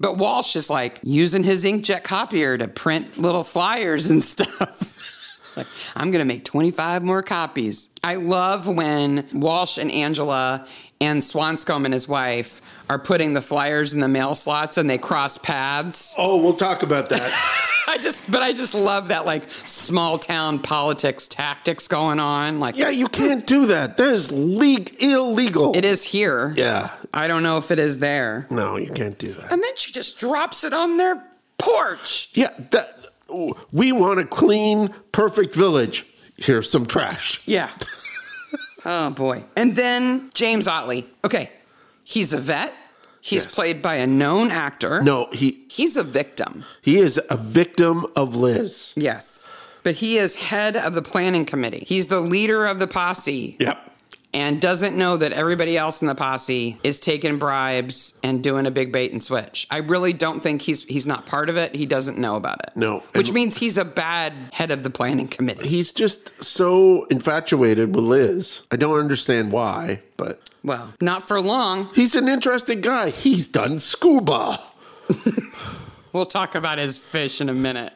But Walsh is like using his inkjet copier to print little flyers and stuff. like, I'm going to make 25 more copies. I love when Walsh and Angela and Swanscombe and his wife are putting the flyers in the mail slots and they cross paths. Oh, we'll talk about that. I just, but I just love that like small town politics tactics going on. Like, yeah, you can't do that. That is league illegal. it is here. Yeah. I don't know if it is there. No, you can't do that. And then she just drops it on their porch. Yeah, that oh, we want a clean, perfect village. Here's some trash. Yeah. oh boy. And then James Otley. Okay. He's a vet. He's Yes. played by a known actor. No, he He's a victim. he is a victim of Liz. Yes. But he is head of the planning committee. He's the leader of the posse Yep. and doesn't know that everybody else in the posse is taking bribes and doing a big bait and switch. I really don't think he's he's not part of it. He doesn't know about it. No. Which And- means he's a bad head of the planning committee. He's just so infatuated with Liz. I don't understand why, but Well, not for long. He's an interesting guy. He's done scuba, We'll talk about his fish in a minute.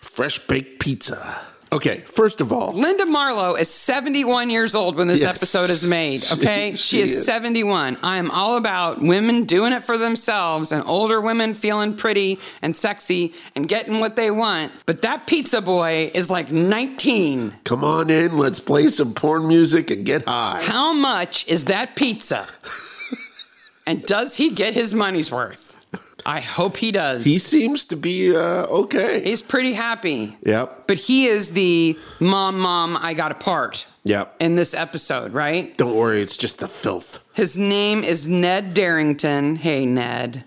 fresh baked pizza. Okay, first of all, Linda Marlowe is 71 years old when this Yes. episode is made, okay? She- She, she is, is. 71. I am all about women doing it for themselves and older women feeling pretty and sexy and getting what they want. But that pizza boy is like 19. come on in. Let's play some porn music and get high. How much is that pizza? and does he get his money's worth? I hope he does. He seems to be uh, okay. He's pretty happy. Yep. But he is the mom, mom, I got a part Yep. in this episode, right? Don't worry, it's just the filth. His name is Ned Darrington. Hey, Ned,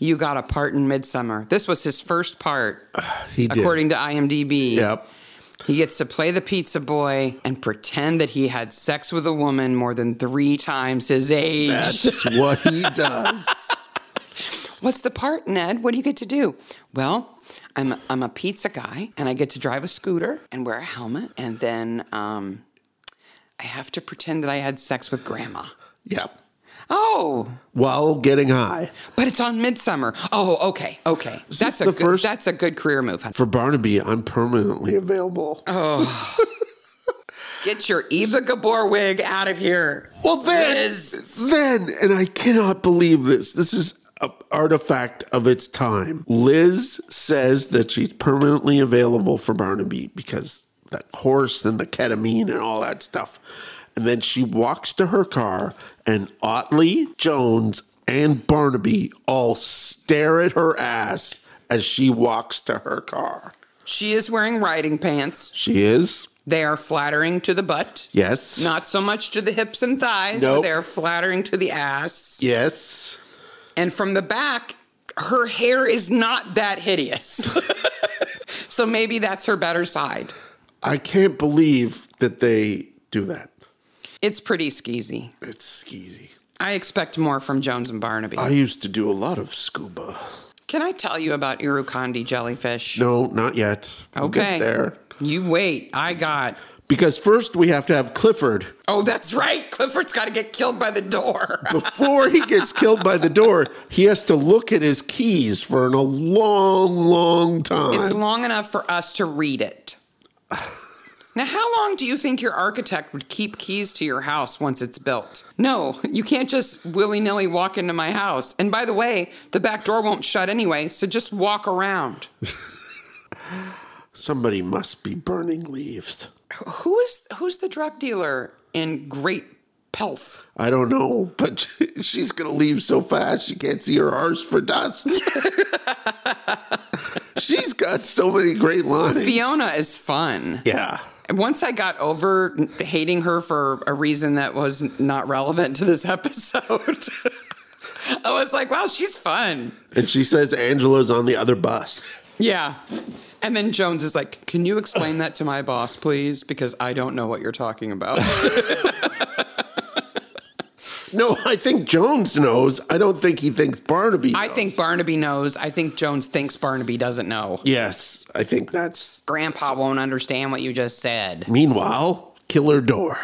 you got a part in Midsummer. This was his first part, He did. according to IMDb. Yep. He gets to play the pizza boy and pretend that he had sex with a woman more than three times his age. That's what he does. What's the part, Ned? What do you get to do? Well, I'm a, I'm a pizza guy, and I get to drive a scooter and wear a helmet, and then um, I have to pretend that I had sex with Grandma. Yep. Oh, While getting high. But it's on Midsummer. Oh, okay, okay. that's a the good, first- that's a good career move. hun. For Barnaby, I'm permanently available. Get your Eva Gabor wig out of here. Well, then, Liz. then, and I cannot believe this. This is an artifact of its time. Liz says that she's permanently available for Barnaby because that horse and the ketamine and all that stuff. And then she walks to her car, and Otley, Jones, and Barnaby all stare at her ass as she walks to her car. She is wearing riding pants. She is, They are flattering to the butt. yes, Not so much to the hips and thighs, Nope. but they're flattering to the ass. yes. And from the back, her hair is not that hideous. so maybe that's her better side. I can't believe that they do that. It's pretty skeezy. It's skeezy. I expect more from Jones and Barnaby. I used to do a lot of scuba. Can I tell you about Irukandi jellyfish? No, not yet. We'll get Okay. there. You wait. I got. Because first we have to have Clifford. Oh, that's right. Clifford's got to get killed by the door. Before he gets killed by the door, he has to look at his keys for an- a long, long time. it's long enough for us to read it. Now, how long do you think your architect would keep keys to your house once it's built? No, you can't just willy nilly walk into my house. And by the way, the back door won't shut anyway, so just walk around. Somebody must be burning leaves. Who is who's the drug dealer in Great Pelf? I don't know, but she's going to leave so fast she can't see her arse for dust. she's got so many great lines. Fiona is fun. yeah. Once I got over hating her for a reason that was not relevant to this episode, I was like, wow, she's fun. And she says Angela's on the other bus. Yeah. And then Jones is like, can you explain that to my boss, please? Because I don't know what you're talking about. No, I think Jones knows. I don't think he thinks Barnaby. I knows. think Barnaby knows. I think Jones thinks Barnaby doesn't know. Yes, I think that's. Grandpa won't understand what you just said. Meanwhile, Killer Door.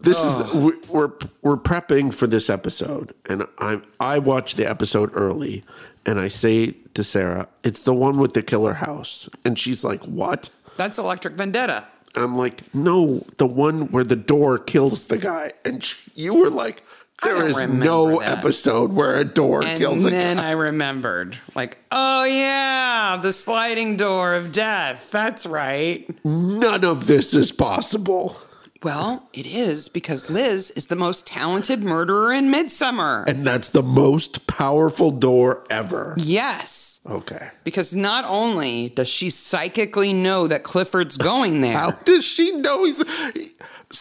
This is we- we're we're prepping for this episode, and I I watched the episode early, and I say to Sarah, "It's the one with the killer house," and she's like, "What?" That's Electric Vendetta. I'm like, "No, the one where the door kills the guy," and she, you were like, I "There don't is remember no that." episode where a door And kills a guy." then I remembered, like, oh yeah, the sliding door of death. That's right. None of this is possible. Well, it is because Liz is the most talented murderer in Midsummer. And that's the most powerful door ever. Yes, Okay. because not only does she psychically know that Clifford's going there, How does she know he's. He,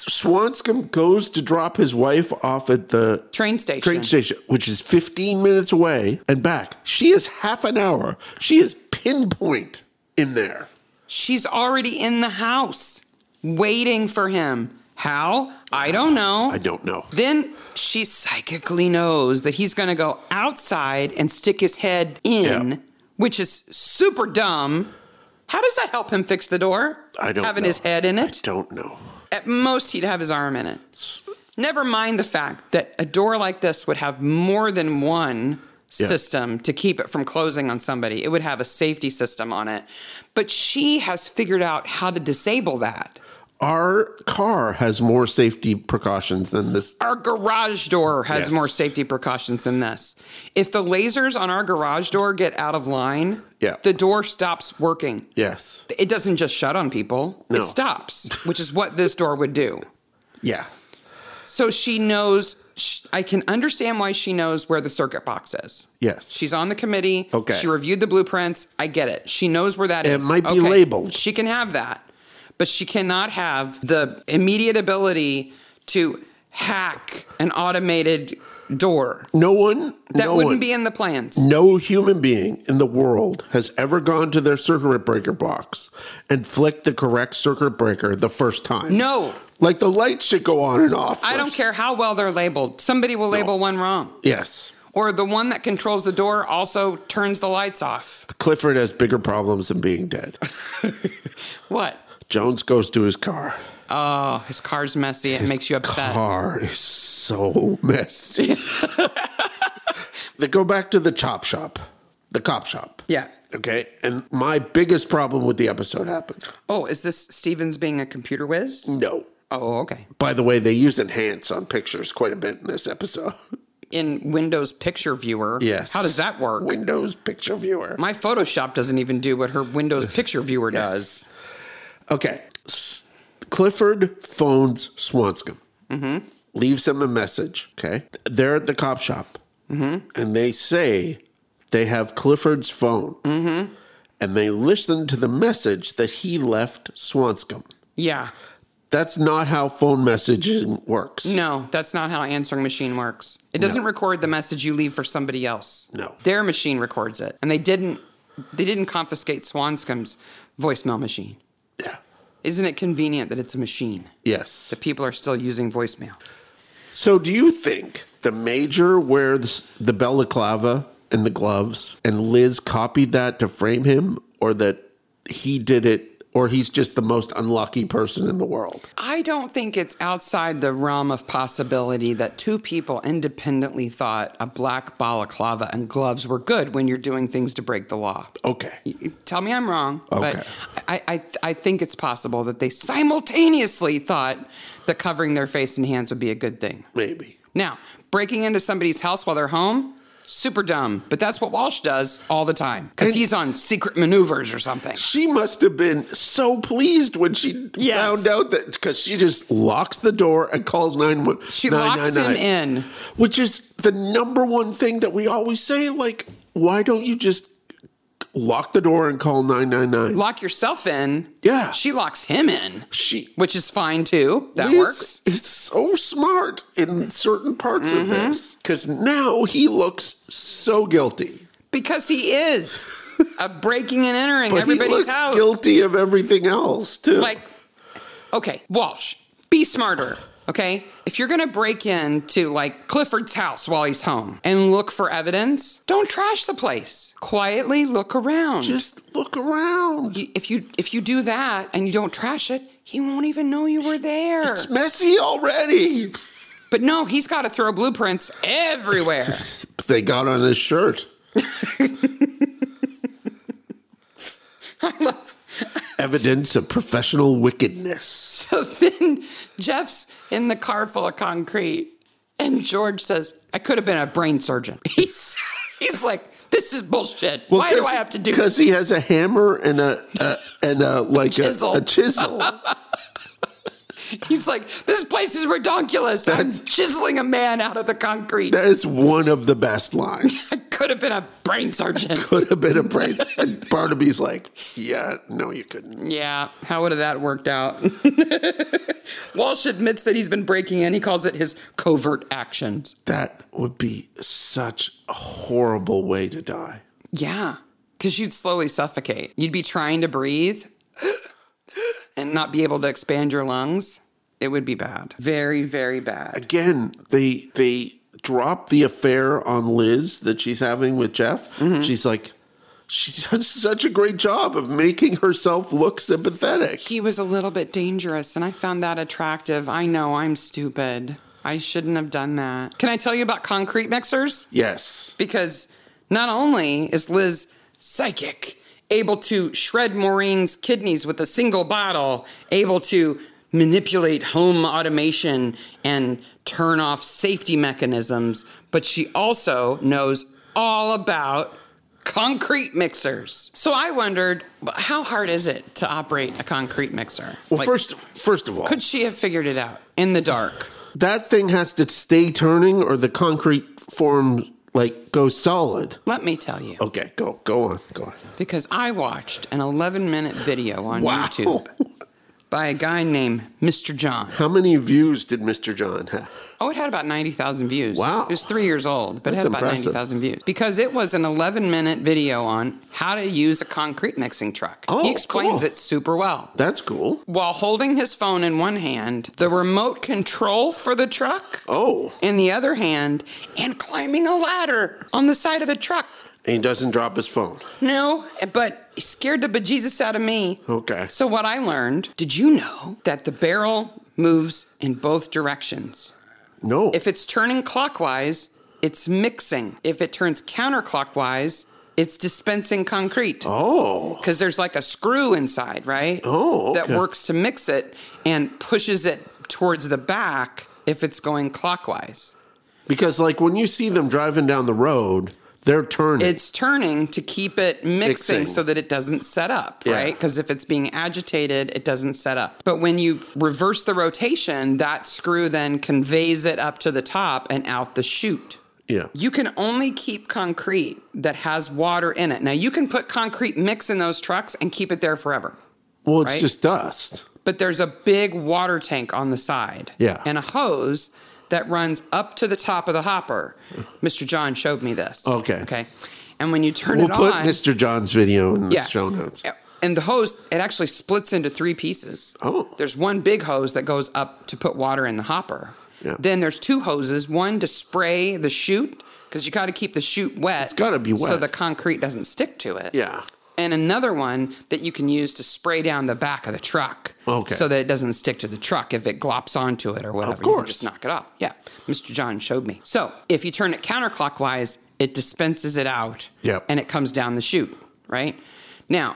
Swanscombe goes to drop his wife off at the train station. train station, which is 15 minutes away and back. She is half an hour. She is pinpoint in there. She's already in the house waiting for him. How? I don't know. I don't know. Then she psychically knows that he's going to go outside and stick his head in, Yeah. which is super dumb. How does that help him fix the door? I don't Having know. his head in I it? don't know. At most, he'd have his arm in it. Never mind the fact that a door like this would have more than one system to keep it from closing on somebody. It would have a safety system on it. But she has figured out how to disable that. Our car has more safety precautions than this. Our garage door has Yes. more safety precautions than this. If the lasers on our garage door get out of line, Yeah. the door stops working. Yes. It doesn't just shut on people, No. it stops, which is what this door would do. Yeah. So she knows, sh I can understand why she knows where the circuit box is. Yes. She's on the committee. Okay. She reviewed the blueprints. I get it. She knows where that is. It might be labeled. She can have that, but she cannot have the immediate ability to hack an automated door. no one. That no wouldn't one- be in the plans. No human being in the world has ever gone to their circuit breaker box and flicked the correct circuit breaker the first time. No. Like the lights should go on and off. I don't first. care how well they're labeled. Somebody will label one wrong. Yes. Or the one that controls the door also turns the lights off. Clifford has bigger problems than being dead. What? Jones goes to his car. Oh, his car's messy. It makes you upset. Car is so messy. they go back to the chop shop, the cop shop. Yeah. Okay. And my biggest problem with the episode happened. Oh, is this Stevens being a computer whiz? No. Oh, okay. By the way, they use enhance on pictures quite a bit in this episode. in Windows Picture Viewer. Yes. How does that work? Windows Picture Viewer. My Photoshop doesn't even do what her Windows Picture Viewer does. Okay. S- Clifford phones Swanscombe, Mm-hmm. leaves him a message. Okay. They're at the cop shop Mm-hmm. and they say they have Clifford's phone Mm-hmm. and they listen to the message that he left Swanscombe. Yeah. That's not how phone messaging works. No, that's not how answering machine works. It doesn't record the message you leave for somebody else. No. Their machine records it. And they didn't they didn't confiscate Swanscombe's voicemail machine. Yeah. Isn't it convenient that it's a machine? Yes. That people are still using voicemail. So, do you think the major wears the balaclava and the gloves, and Liz copied that to frame him, or that he did it, or he's just the most unlucky person in the world? I don't think it's outside the realm of possibility that two people independently thought a black balaclava and gloves were good when you're doing things to break the law. Okay. Tell me I'm wrong, Okay. but I, I, I think it's possible that they simultaneously thought that covering their face and hands would be a good thing. Maybe. Now, breaking into somebody's house while they're home, super dumb, but that's what Walsh does all the time because And- he's on secret maneuvers or something. She must have been so pleased when she Yes. found out that because she just locks the door and calls 911. She locks him in. Which is the number one thing that we always say. Like, why don't you just lock the door and call 999? Lock yourself in. Yeah. She locks him in. she which is fine too. That Liz works. Mm-hmm. is so smart in certain parts of this because now he looks so guilty. Because he is a breaking and entering But everybody's he looks house. guilty of everything else too. Like, okay, Walsh, be smarter. Okay, if you're gonna break into like Clifford's house while he's home and look for evidence, don't trash the place. Quietly look around. just look around. You- if you if you do that and you don't trash it, he won't even know you were there. It's messy already. But no, he's got to throw blueprints everywhere. They got on his shirt. Evidence of professional wickedness. So then Jeff's in the car full of concrete, and George says, I could have been a brain surgeon. He's, he's like, this is bullshit. Why do I have to do Because he has a hammer and a, a and a like a- Chisel. a chisel. He's like, this place is redonkulous. I'm That's- chiseling a man out of the concrete. That is one of the best lines. I could have been a brain surgeon. Could have been a brain. And Barnaby's like, yeah, no, you couldn't. Yeah, how would have that worked out? Walsh admits that he's been breaking in. He calls it his covert actions. That would be such a horrible way to die. Yeah, because you'd slowly suffocate. You'd be trying to breathe and not be able to expand your lungs. It would be bad. Very, very bad. Again, they they drop the affair on Liz that she's having with Jeff. She's like, she does such a great job of making herself look sympathetic. He was a little bit dangerous, and I found that attractive. I know I'm stupid. I I shouldn't have done that. Can I tell you about concrete mixers? Yes. Because not only is Liz psychic, able to shred Maureen's kidneys with a single bottle, able to manipulate home automation and turn off safety mechanisms, but she also knows all about concrete mixers. So I wondered, how hard is it to operate a concrete mixer? Well, Like, first, first of all, could she have figured it out in the dark? that thing has to stay turning, or the concrete form like goes solid. Let me tell you. Okay, go go on, go on. Because I watched an 11 minute video on Wow. YouTube by a guy named Mr. John. How many views did Mr. John have? Oh, it had about 90,000 views. Wow. It was three years old, but That's it had about impressive. 90,000 views. Because it was an 11 minute video on how to use a concrete mixing truck. Oh, he explains cool. it super well. That's cool. While holding his phone in one hand, the remote control for the truck Oh, in the other hand, and climbing a ladder on the side of the truck. and he doesn't drop his phone. No, but it scared the bejesus out of me. Okay. So, what I learned did you know that the barrel moves in both directions? No. If it's turning clockwise, it's mixing. If it turns counterclockwise, it's dispensing concrete. oh, Because there's like a screw inside, right? Oh, That okay. works to mix it and pushes it towards the back if it's going clockwise. because like when you see them driving down the road, they're turning. It's turning to keep it mixing, Mixing. so that it doesn't set up, Yeah. right? Because if it's being agitated, it doesn't set up. But when you reverse the rotation, that screw then conveys it up to the top and out the chute. yeah. You can only keep concrete that has water in it. Now, you can put concrete mix in those trucks and keep it there forever. Well, it's right? just dust. But there's a big water tank on the side Yeah. and a hose that runs up to the top of the hopper. Mr. John showed me this. Okay. Okay. And when you turn We'll it put on, Mr. John's video in the yeah. show notes. And the hose, it actually splits into three pieces. Oh. There's one big hose that goes up to put water in the hopper. Yeah. Then there's two hoses, one to spray the chute, because you got to keep the chute wet. It's gotta be So wet. the concrete doesn't stick to it. Yeah. And another one that you can use to spray down the back of the truck. Okay. So that it doesn't stick to the truck if it glops onto it or whatever. You can course. just knock it off. Yeah. Mr. John showed me. So if you turn it counterclockwise, it dispenses it out. Yep. And it comes down the chute, right? Now,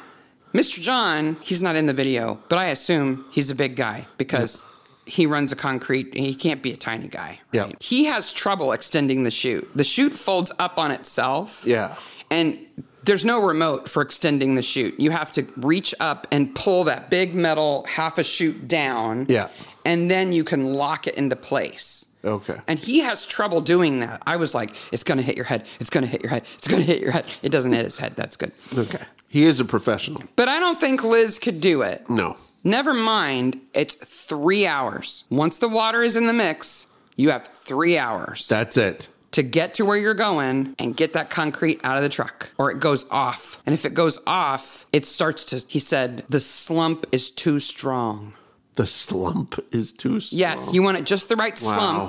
Mr. John, he's not in the video, but I assume he's a big guy because he runs a concrete. He can't be a tiny guy. Yep. He has trouble extending the chute. The chute folds up on itself. Yeah. And there's no remote for extending the chute. You have to reach up and pull that big metal half a chute down. Yeah. And then you can lock it into place. Okay. And he has trouble doing that. I was like, it's going to hit your head. It's going to hit your head. It's going to hit your head. It doesn't hit his head. That's good. okay. He is a professional. But I don't think Liz could do it. No. Never mind, it's three hours. Once the water is in the mix, you have three hours That's it. to get to where you're going and get that concrete out of the truck or it goes off. And if it goes off, it starts to, he said, the slump is too strong. The slump is too strong. Yes, you want it just the right Wow.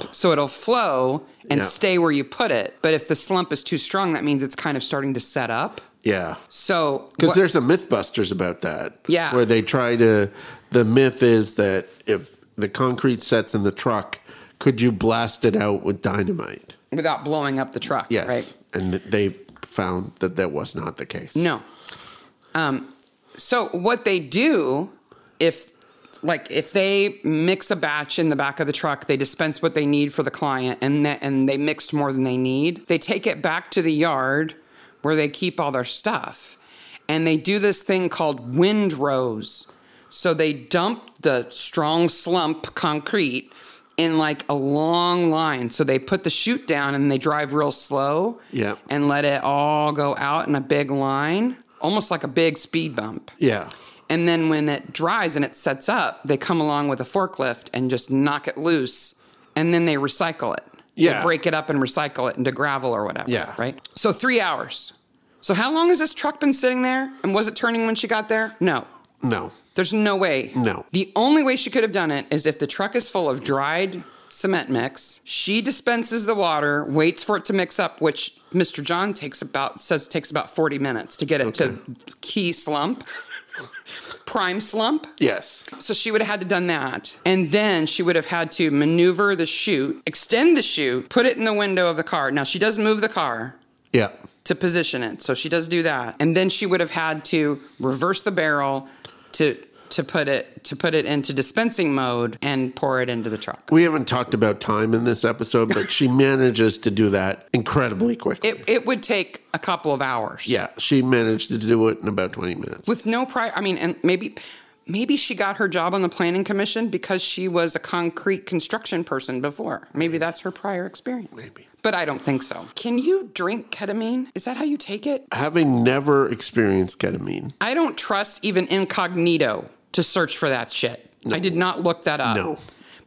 slump so it'll flow and Yeah. stay where you put it. But if the slump is too strong, that means it's kind of starting to set up. Yeah. So, Because what- there's a MythBusters about that. Yeah. Where they try to. The myth is that if the concrete sets in the truck, could you blast it out with dynamite? without blowing up the truck, Yes. right? And th- they found that that was not the case. No. Um, so what they do if like if they mix a batch in the back of the truck, they dispense what they need for the client and that and they mixed more than they need. They take it back to the yard where they keep all their stuff. And they do this thing called windrows. So they dump the strong slump concrete in like a long line. So they put the chute down and they drive real slow Yeah. and let it all go out in a big line, almost like a big speed bump. Yeah. And then when it dries and it sets up, they come along with a forklift and just knock it loose and then they recycle it. They Yeah. break it up and recycle it into gravel or whatever. Yeah. Right? So three hours. So how long has this truck been sitting there? And was it turning when she got there? No. No. There's no way. No. The only way she could have done it is if the truck is full of dried cement mix. She dispenses the water, waits for it to mix up, which Mr. John takes about says it takes about 40 minutes to get it to key slump, prime slump. Yes. So she would have had to done that. And then she would have had to maneuver the chute, extend the chute, put it in the window of the car. Now she does move the car Yeah. to position it. So she does do that. And then she would have had to reverse the barrel to to put it to put it into dispensing mode and pour it into the truck. We haven't talked about time in this episode, but she manages to do that incredibly quickly. It it would take a couple of hours. yeah, she managed to do it in about 20 minutes. With no prior I mean and maybe maybe she got her job on the planning commission because she was a concrete construction person before. Maybe that's her prior experience. Maybe. But I don't think so. Can you drink ketamine? Is that how you take it? Having never experienced ketamine, I don't trust even incognito to search for that shit. I did not look that up. No.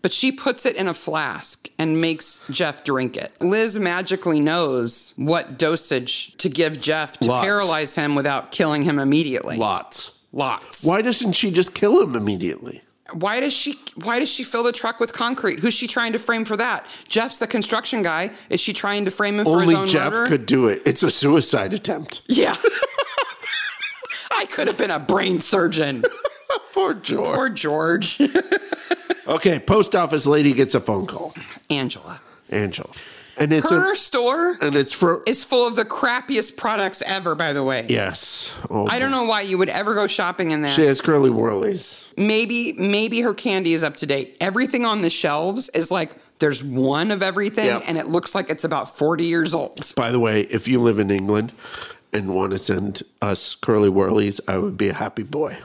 But she puts it in a flask and makes Jeff drink it. Liz magically knows what dosage to give Jeff to Lots. paralyze him without killing him immediately. lots. Lots. Why doesn't she just kill him immediately? Why does she why does she fill the truck with concrete? Who's she trying to frame for that? Jeff's the construction guy. Is she trying to frame him for his Only own Jeff murder? could do it. It's a suicide attempt. yeah. I could have been a brain surgeon. Poor George. Poor George. okay, post office lady gets a phone call. Angela. Angel. And it's Her a, store and it's for is full of the crappiest products ever, by the way. yes. Oh, I don't know why you would ever go shopping in there. She has curly whirlies. Maybe maybe her candy is up to date. Everything on the shelves is like there's one of everything Yep. and it looks like it's about 40 years old. By the way, if you live in England and want to send us curly whirlies, I would be a happy boy.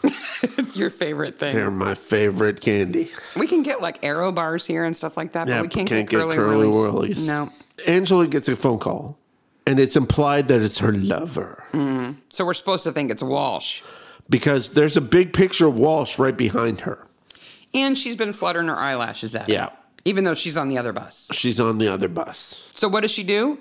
Your favorite thing. They're my favorite candy. We can get like arrow bars here and stuff like that, but Oh, we can't, get, curly, whirlies. No. Angela gets a phone call, and it's implied that it's her lover So we're supposed to think it's Walsh. because there's a big picture of Walsh right behind her. And she's been fluttering her eyelashes at him, Yeah, Even though she's on the other bus. she's on the other bus. So what does she do?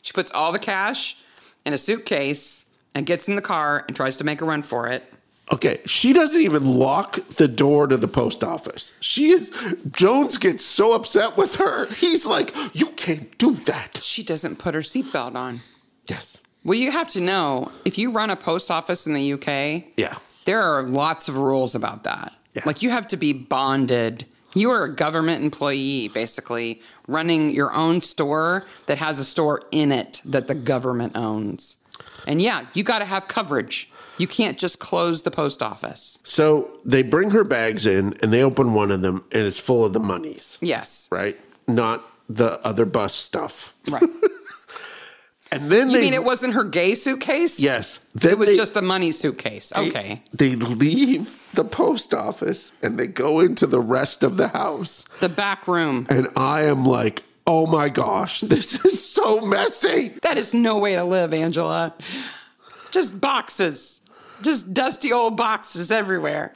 She puts all the cash in a suitcase and gets in the car and tries to make a run for it. Okay, she doesn't even lock the door to the post office. She is Jones gets so upset with her. He's like, "You can't do that." She doesn't put her seatbelt on. Yes. Well, you have to know if you run a post office in the UK, Yeah. there are lots of rules about that. Yeah. Like you have to be bonded. You are a government employee, basically, running your own store that has a store in it that the government owns. And yeah, you got to have coverage. You can't just close the post office. So they bring her bags in and they open one of them and it's full of the monies, Yes. right? Not the other bus stuff. Right. And then You they mean it wasn't her gay suitcase? yes, then It was they, just the money suitcase. Okay. They leave the post office and they go into the rest of the house, The back room. and I am like, oh my gosh, this is so messy. That is no way to live, Angela. Just boxes. Just dusty old boxes everywhere.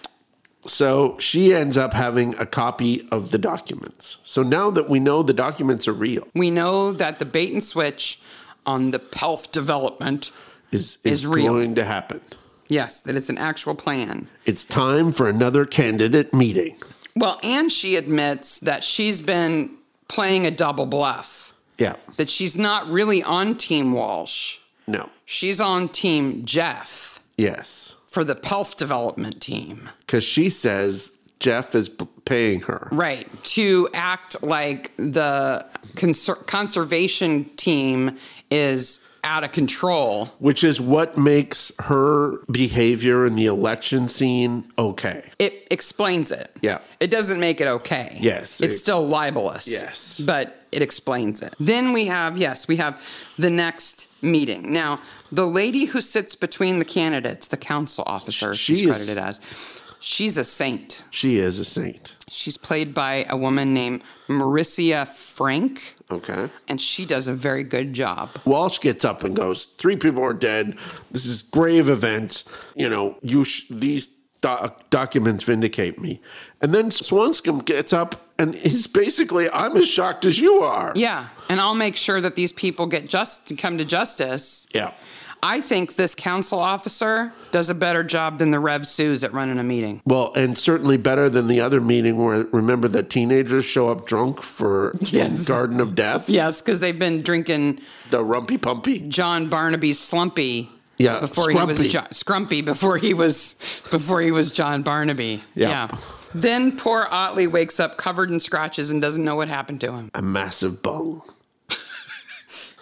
So she ends up having a copy of the documents. So now that we know the documents are real, We know that the bait and switch on the PELF development, is Is real. going to happen. yes, that it's an actual plan. It's time for another candidate meeting. Well, and she admits that she's been playing a double bluff, Yeah. that she's not really on Team Walsh. No. She's on Team Jeff Yes. for the PELF development team. Because she says Jeff is p- paying her. Right. To act like the conser- conservation team is out of control. Which is what makes her behavior in the election scene okay. It explains it. Yeah. It doesn't make it okay. Yes, It's it- still libelous. Yes. But it explains it. Then we have, yes, we have the next meeting. Now, the lady who sits between the candidates, the council officer, She is- she's credited as, she's a saint. She is a saint. She's played by a woman named Maricia Frank, Okay. and she does a very good job. Walsh gets up and goes, Three people are dead. This is grave events. You know, you sh- these doc- documents vindicate me. And then Swanscombe gets up and is basically, I'm as shocked as you are. Yeah, and I'll make sure that these people get just come to justice. Yeah. I think this council officer does a better job than the Rev Sues at running a meeting. Well, and certainly better than the other meeting where remember that teenagers show up drunk for Yes. Garden of Death, Yes, because they've been drinking the Rumpy Pumpy. John Barnaby's Slumpy. Yeah, before he was Scrumpy. John, Scrumpy. Before he was before he was John Barnaby. Yeah. Then poor Otley wakes up covered in scratches and doesn't know what happened to him. A massive bung.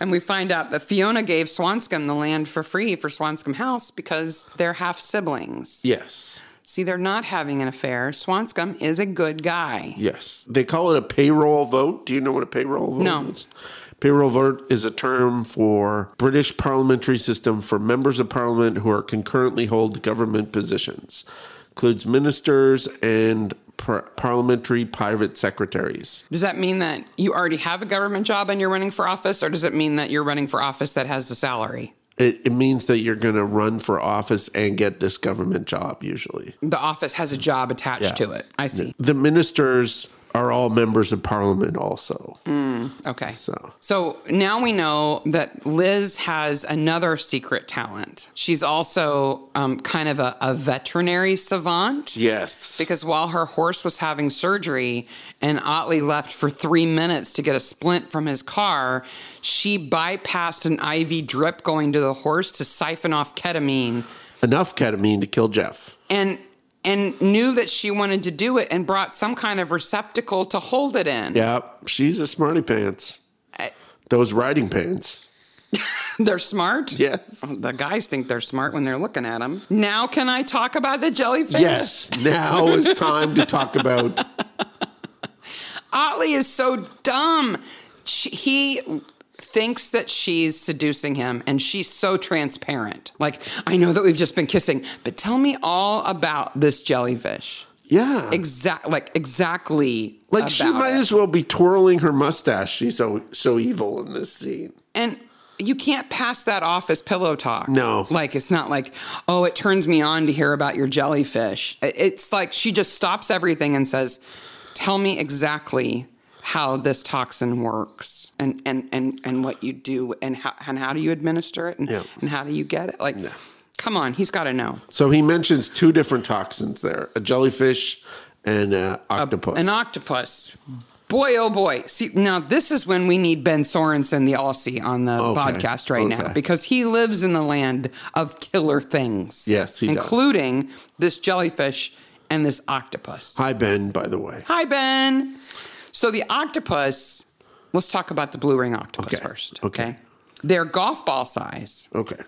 And we find out that Fiona gave Swanscombe the land for free for Swanscombe House because they're half siblings. Yes. See, they're not having an affair. Swanscombe is a good guy. Yes. They call it a payroll vote. Do you know what a payroll vote No. is? Payroll vote is a term for British parliamentary system for members of parliament who are concurrently hold government positions. Includes ministers and par- parliamentary private secretaries. Does that mean that you already have a government job and you're running for office, or does it mean that you're running for office that has a salary? It, it means that you're going to run for office and get this government job usually. The office has a job attached Yeah. to it. I see. The ministers are all members of parliament also. Mm. Okay. So. So now we know that Liz has another secret talent. She's also um, kind of a, a veterinary savant. Yes. Because while her horse was having surgery and Otley left for three minutes to get a splint from his car, she bypassed an IV drip going to the horse to siphon off ketamine Enough ketamine to kill Jeff. and and knew that she wanted to do it and brought some kind of receptacle to hold it in. Yeah, she's a smarty pants. Those riding pants. They're smart. Oh, Yes. The guys think they're smart when they're looking at them. Now, can I talk about the jellyfish? Yes. Now is time to talk about. Otley is so dumb. She, he thinks that she's seducing him, and she's so transparent. Like, I know that we've just been kissing, but tell me all about this jellyfish. Yeah. Exact, like exactly. Like she about might it. as well be twirling her mustache. She's so so evil in this scene. And you can't pass that off as pillow talk. No. Like, it's not like, oh, it turns me on to hear about your jellyfish. I- It's like she just stops everything and says, tell me exactly how this toxin works and, and, and, and what you do and how, and how do you administer it and, Yeah. and how do you get it? Like, come on, he's got to know. So he mentions two different toxins there: a jellyfish and an octopus. An octopus. Boy, oh boy. See, now this is when we need Ben Sorensen, the Aussie, on the Okay. podcast right now Okay. because he lives in the land of killer things. Yes, he does. Including this jellyfish and this octopus. Hi Ben, by the way. Hi, Ben. So the octopus, let's talk about the blue ring octopus Okay. first. Okay. They're golf ball size. Okay,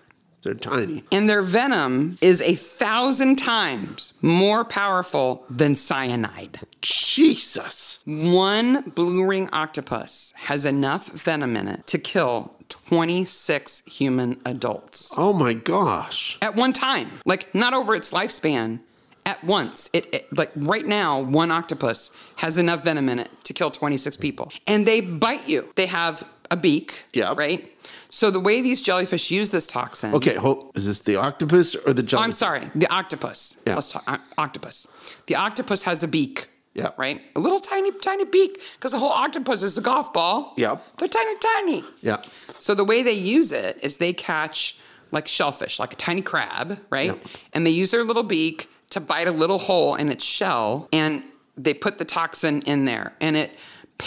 they're tiny. And their venom is a thousand times more powerful than cyanide. Jesus. One blue ring octopus has enough venom in it to kill 26 human adults Oh my gosh. at one time, like not over its lifespan. At once, it, it- like right now, one octopus has enough venom in it to kill 26 people, and they bite you. They have a beak, Yeah. right. So the way these jellyfish use this toxin, Okay, hold. Is this the octopus or the jellyfish? I'm sorry, the octopus. Yeah. Let's talk o- octopus. The octopus has a beak. Yeah. Right? A little tiny, tiny beak because the whole octopus is a golf ball. Yep. They're tiny, tiny. Yeah. So the way they use it is they catch like shellfish, like a tiny crab, right? Yep. And they use their little beak to bite a little hole in its shell and they put the toxin in there and it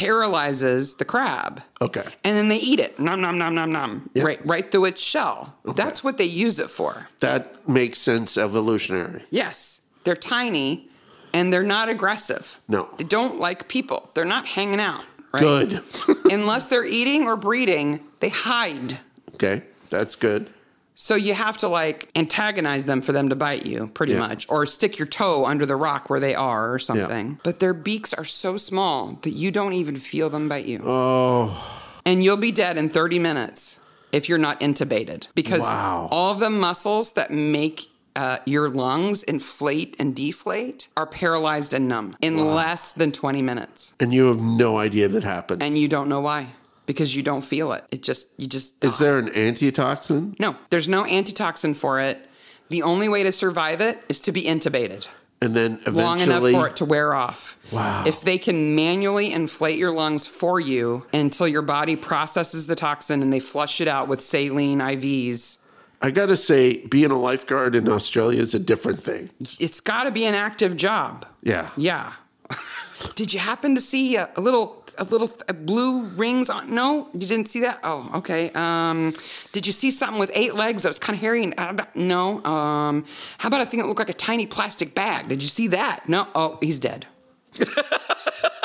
paralyzes the crab. Okay. And then they eat it. Nom nom nom nom nom. Yeah. Right right through its shell. That's what they use it for. That makes sense evolutionary. Yes, they're tiny and they're not aggressive. No. They don't like people. They're not hanging out, right? Good. Unless they're eating or breeding, they hide. okay, that's good. So you have to like antagonize them for them to bite you, pretty Yeah. much, or stick your toe under the rock where they are or something. But their beaks are so small that you don't even feel them bite you. Oh. And you'll be dead in 30 minutes if you're not intubated because Wow. all of the muscles that make uh, your lungs inflate and deflate are paralyzed and numb in less than 20 minutes. And you have no idea that happened. And you don't know why because you don't feel it. It just, you just. die. Is there an antitoxin? No, there's no antitoxin for it. The only way to survive it is to be intubated And then eventually, long enough for it to wear off. Wow. If they can manually inflate your lungs for you until your body processes the toxin and they flush it out with saline IVs, I got to say, being a lifeguard in Australia is a different thing. It's got to be an active job. Yeah. Yeah. Did you happen to see a, a little a little a blue rings on? No, you didn't see that. Oh, okay. Um, did you see something with eight legs that was kind of hairy? And, uh, no. Um, how about a thing that looked like a tiny plastic bag? Did you see that? No. Oh, he's dead.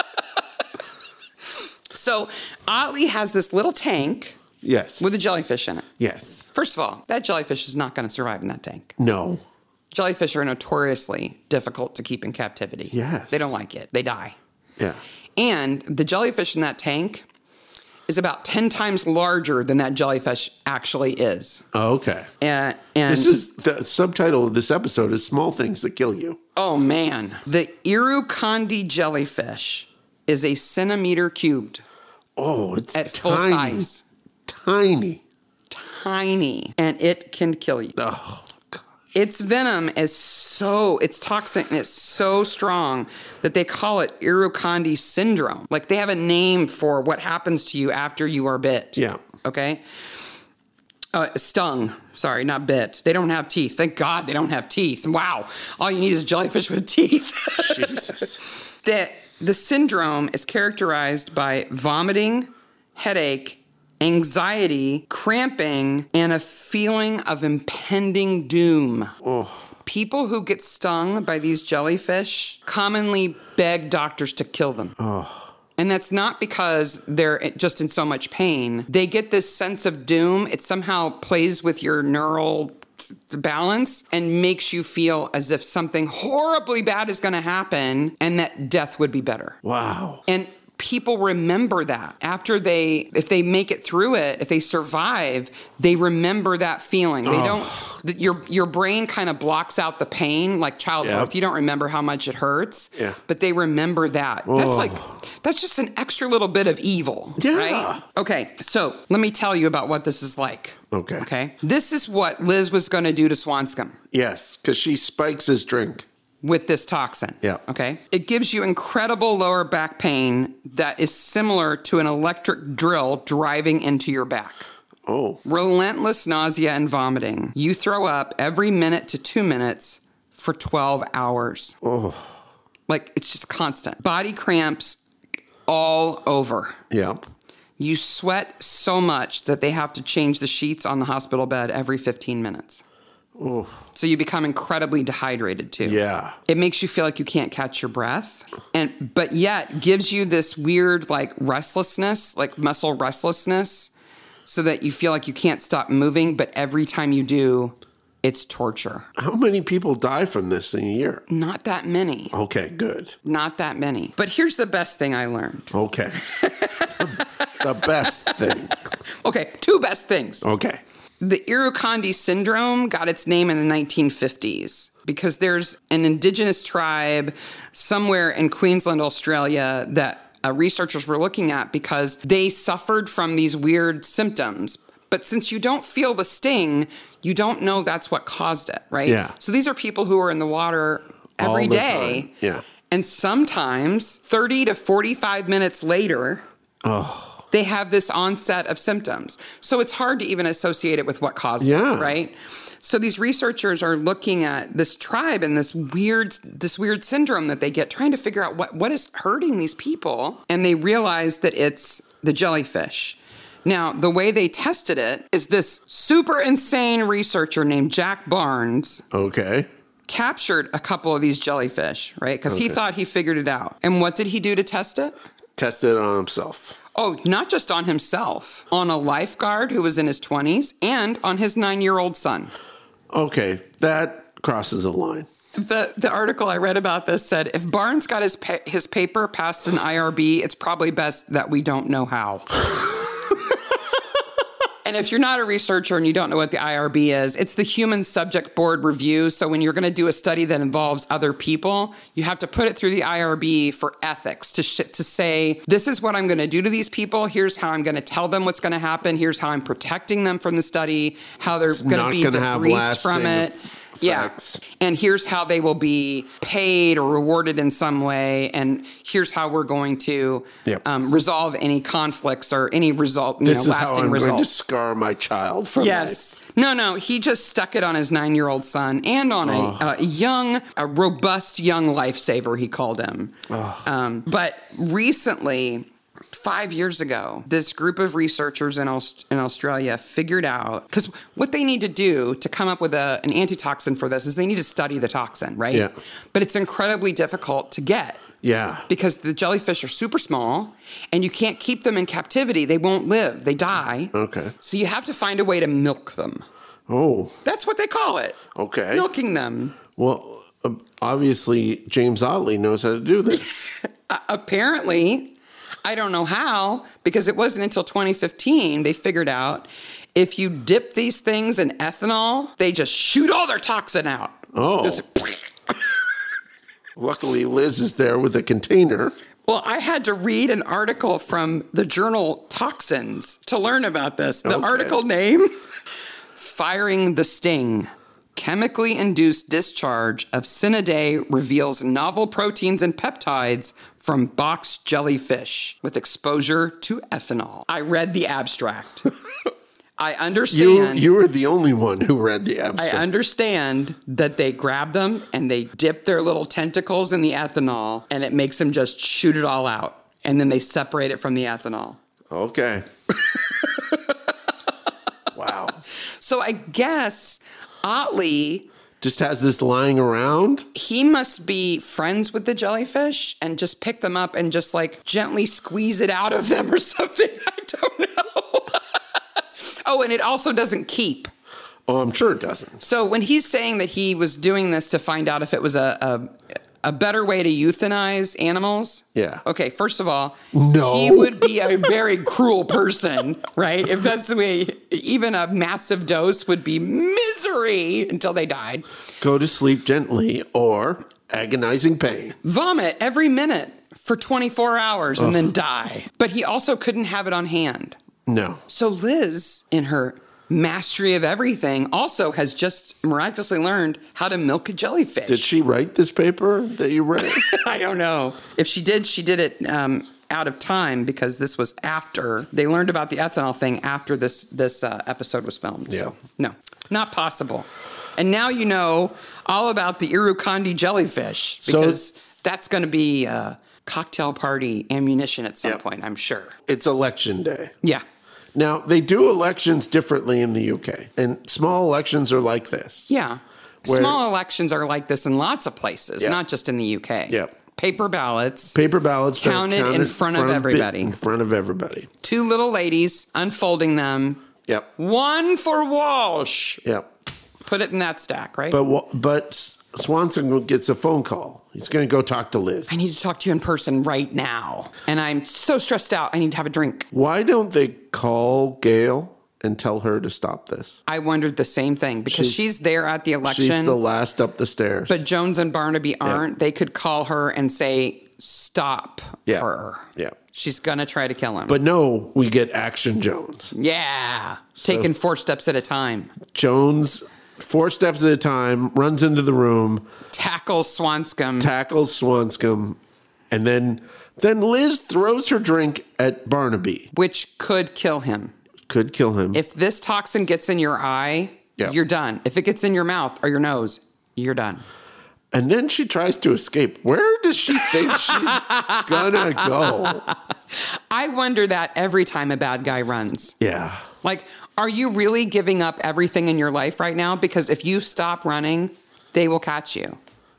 so, Otley has this little tank Yes. with a jellyfish in it. yes. First of all, that jellyfish is not going to survive in that tank. No. Jellyfish are notoriously difficult to keep in captivity. Yes. They don't like it. They die. Yeah. And the jellyfish in that tank is about 10 times larger than that jellyfish actually is. Oh, okay. And, and This is the subtitle of this episode is Small Things That Kill You. oh man, the Irukandi jellyfish is a centimeter cubed Oh, it's at full tiny, size. Tiny. Tiny. And it can kill you. Oh, God. Its venom is so its toxic and it's so strong that they call it Irukandi syndrome. Like they have a name for what happens to you after you are bit. Yeah. Okay. Uh, stung. Sorry, not bit. They don't have teeth. Thank God they don't have teeth. Wow. All you need is jellyfish with teeth. Jesus. that the syndrome is characterized by vomiting, headache, anxiety, cramping, and a feeling of impending doom. People who get stung by these jellyfish commonly beg doctors to kill them. And that's not because they're just in so much pain. They get this sense of doom. It somehow plays with your neural balance and makes you feel as if something horribly bad is going to happen and that death would be better. Wow. And people remember that after they if they make it through it if they survive they remember that feeling Oh. they don't th- your your brain kind of blocks out the pain like childbirth Yeah. you don't remember how much it hurts Yeah. but they remember that that's Oh. like that's just an extra little bit of evil Yeah. right okay so let me tell you about what this is like Okay. okay this is what liz was going to do to swanscombe Yes, because she spikes his drink. with this toxin. Yeah. Okay. It gives you incredible lower back pain that is similar to an electric drill driving into your back. Oh, Relentless nausea and vomiting. You throw up every minute to two minutes for 12 hours. Oh. Like it's just constant. Body cramps all over. yeah. You sweat so much that they have to change the sheets on the hospital bed every 15 minutes. Oh. So you become incredibly dehydrated too. Yeah. It makes you feel like you can't catch your breath. And but yet gives you this weird like restlessness, like muscle restlessness, so that you feel like you can't stop moving, but every time you do, it's torture. How many people die from this in a year? Not that many. Okay, good. Not that many. But here's the best thing I learned. Okay. the best thing. Okay, two best things. Okay. The Irukandi syndrome got its name in the 1950s because there's an indigenous tribe somewhere in Queensland, Australia, that uh, researchers were looking at because they suffered from these weird symptoms. But since you don't feel the sting, you don't know that's what caused it, right? Yeah. So these are people who are in the water every All the day. time. Yeah. And sometimes 30 to 45 minutes later, they have this onset of symptoms. So it's hard to even associate it with what caused it, Yeah. right? So these researchers are looking at this tribe and this weird this weird syndrome that they get trying to figure out what what is hurting these people and they realize that it's the jellyfish. Now, the way they tested it is this super insane researcher named Jack Barnes Okay. captured a couple of these jellyfish, right? Because he thought he figured it out. And what did he do to test it? Tested it on himself. Oh, not just on himself, on a lifeguard who was in his 20s and on his nine year old son. Okay, that crosses a line. The, the article I read about this said if Barnes got his, pa- his paper past an IRB, it's probably best that we don't know how. and if you're not a researcher and you don't know what the IRB is, it's the Human Subject Board Review. So when you're going to do a study that involves other people, you have to put it through the IRB for ethics to sh- to say this is what I'm going to do to these people. Here's how I'm going to tell them what's going to happen. Here's how I'm protecting them from the study. How they're going to not be gonna have debriefed from lasting it. effects. Yeah, and here's how they will be paid or rewarded in some way, and here's how we're going to Yep. um, resolve any conflicts or any result, you This know, is how lasting I'm going to results. scar my child from Yes, No, no, he just stuck it on his nine year old son and on a, a young, a robust young lifesaver, he called him. Um, but recently, five years ago, this group of researchers in, Aus- in Australia figured out because what they need to do to come up with a, an antitoxin for this is they need to study the toxin, right? Yeah. But it's incredibly difficult to get Yeah. because the jellyfish are super small and you can't keep them in captivity. They won't live, they die. Okay. So you have to find a way to milk them. Oh, That's what they call it. okay. Milking them. Well, um, obviously, James Otley knows how to do this. Apparently, I don't know how, because it wasn't until 2015 they figured out if you dip these things in ethanol, they just shoot all their toxin out. Oh. Just- Luckily, Liz is there with a container. Well, I had to read an article from the journal Toxins to learn about this. The Okay. article name Firing the Sting. Chemically induced discharge of Cinedae reveals novel proteins and peptides from box jellyfish with exposure to ethanol. I read the abstract. I You, understand. you were the only one who read the I abstract. understand that they grab them and they dip their little tentacles in the ethanol and it makes them just shoot it all out. And then they separate it from the ethanol. okay. wow. So I guess Otley, Just has this lying around. he must be friends with the jellyfish and just pick them up and just like gently squeeze it out of them or something. I don't know. oh, and it also doesn't keep. Oh, I'm sure it doesn't. So when he's saying that he was doing this to find out if it was a a, a better way to euthanize animals, Yeah. Okay, first of all, No. he would be a very cruel person, right? If that's the way, even a massive dose would be misery until they died. Go to sleep gently or agonizing pain. Vomit every minute for 24 hours and then die. But he also couldn't have it on hand. No. So Liz, in her mastery of everything, also has just miraculously learned how to milk a jellyfish. Did she write this paper that you read? I don't know. If she did, she did it um, out of time because this was after they learned about the ethanol thing after this this uh, episode was filmed. So Yeah. no, not possible. And now you know all about the Irukandi jellyfish So- because that's going to be a cocktail party ammunition at some point, I'm sure. it's election day. Yeah. Now, they do elections differently in the UK, and small elections are like this. Yeah. Where- Small elections are like this in lots of places, Yeah. not just in the UK. Yeah. Paper ballots. Paper ballots that are Counted in front of bi- everybody. In front of everybody. two little ladies unfolding them. Yep. One for Walsh. Yep. Put it in that stack, right? But wa- but Swanson gets a phone call. He's going to go talk to Liz. I need to talk to you in person right now. And I'm so stressed out. I need to have a drink. Why don't they call Gail and tell her to stop this? I wondered the same thing because she's, She's- there at the She's election, the last up the stairs. but Jones and Barnaby aren't. They could call her and say, stop Yeah. her. Yeah. She's going to try to kill him. but no, we get Action Jones. yeah. Taking four steps at a time. Jones, four steps at a time, runs into the room, Tackle Swanscombe. tackles Swanscombe, and then then Liz throws her drink at Barnaby. which could kill him. Could kill him. If this toxin gets in your eye, Yeah. you're done. If it gets in your mouth or your nose, you're done. and then she tries to escape. Where does she think she's gonna go? I wonder that every time a bad guy runs. Yeah. Like, are you really giving up everything in your life right now? Because if you stop running, they will catch you.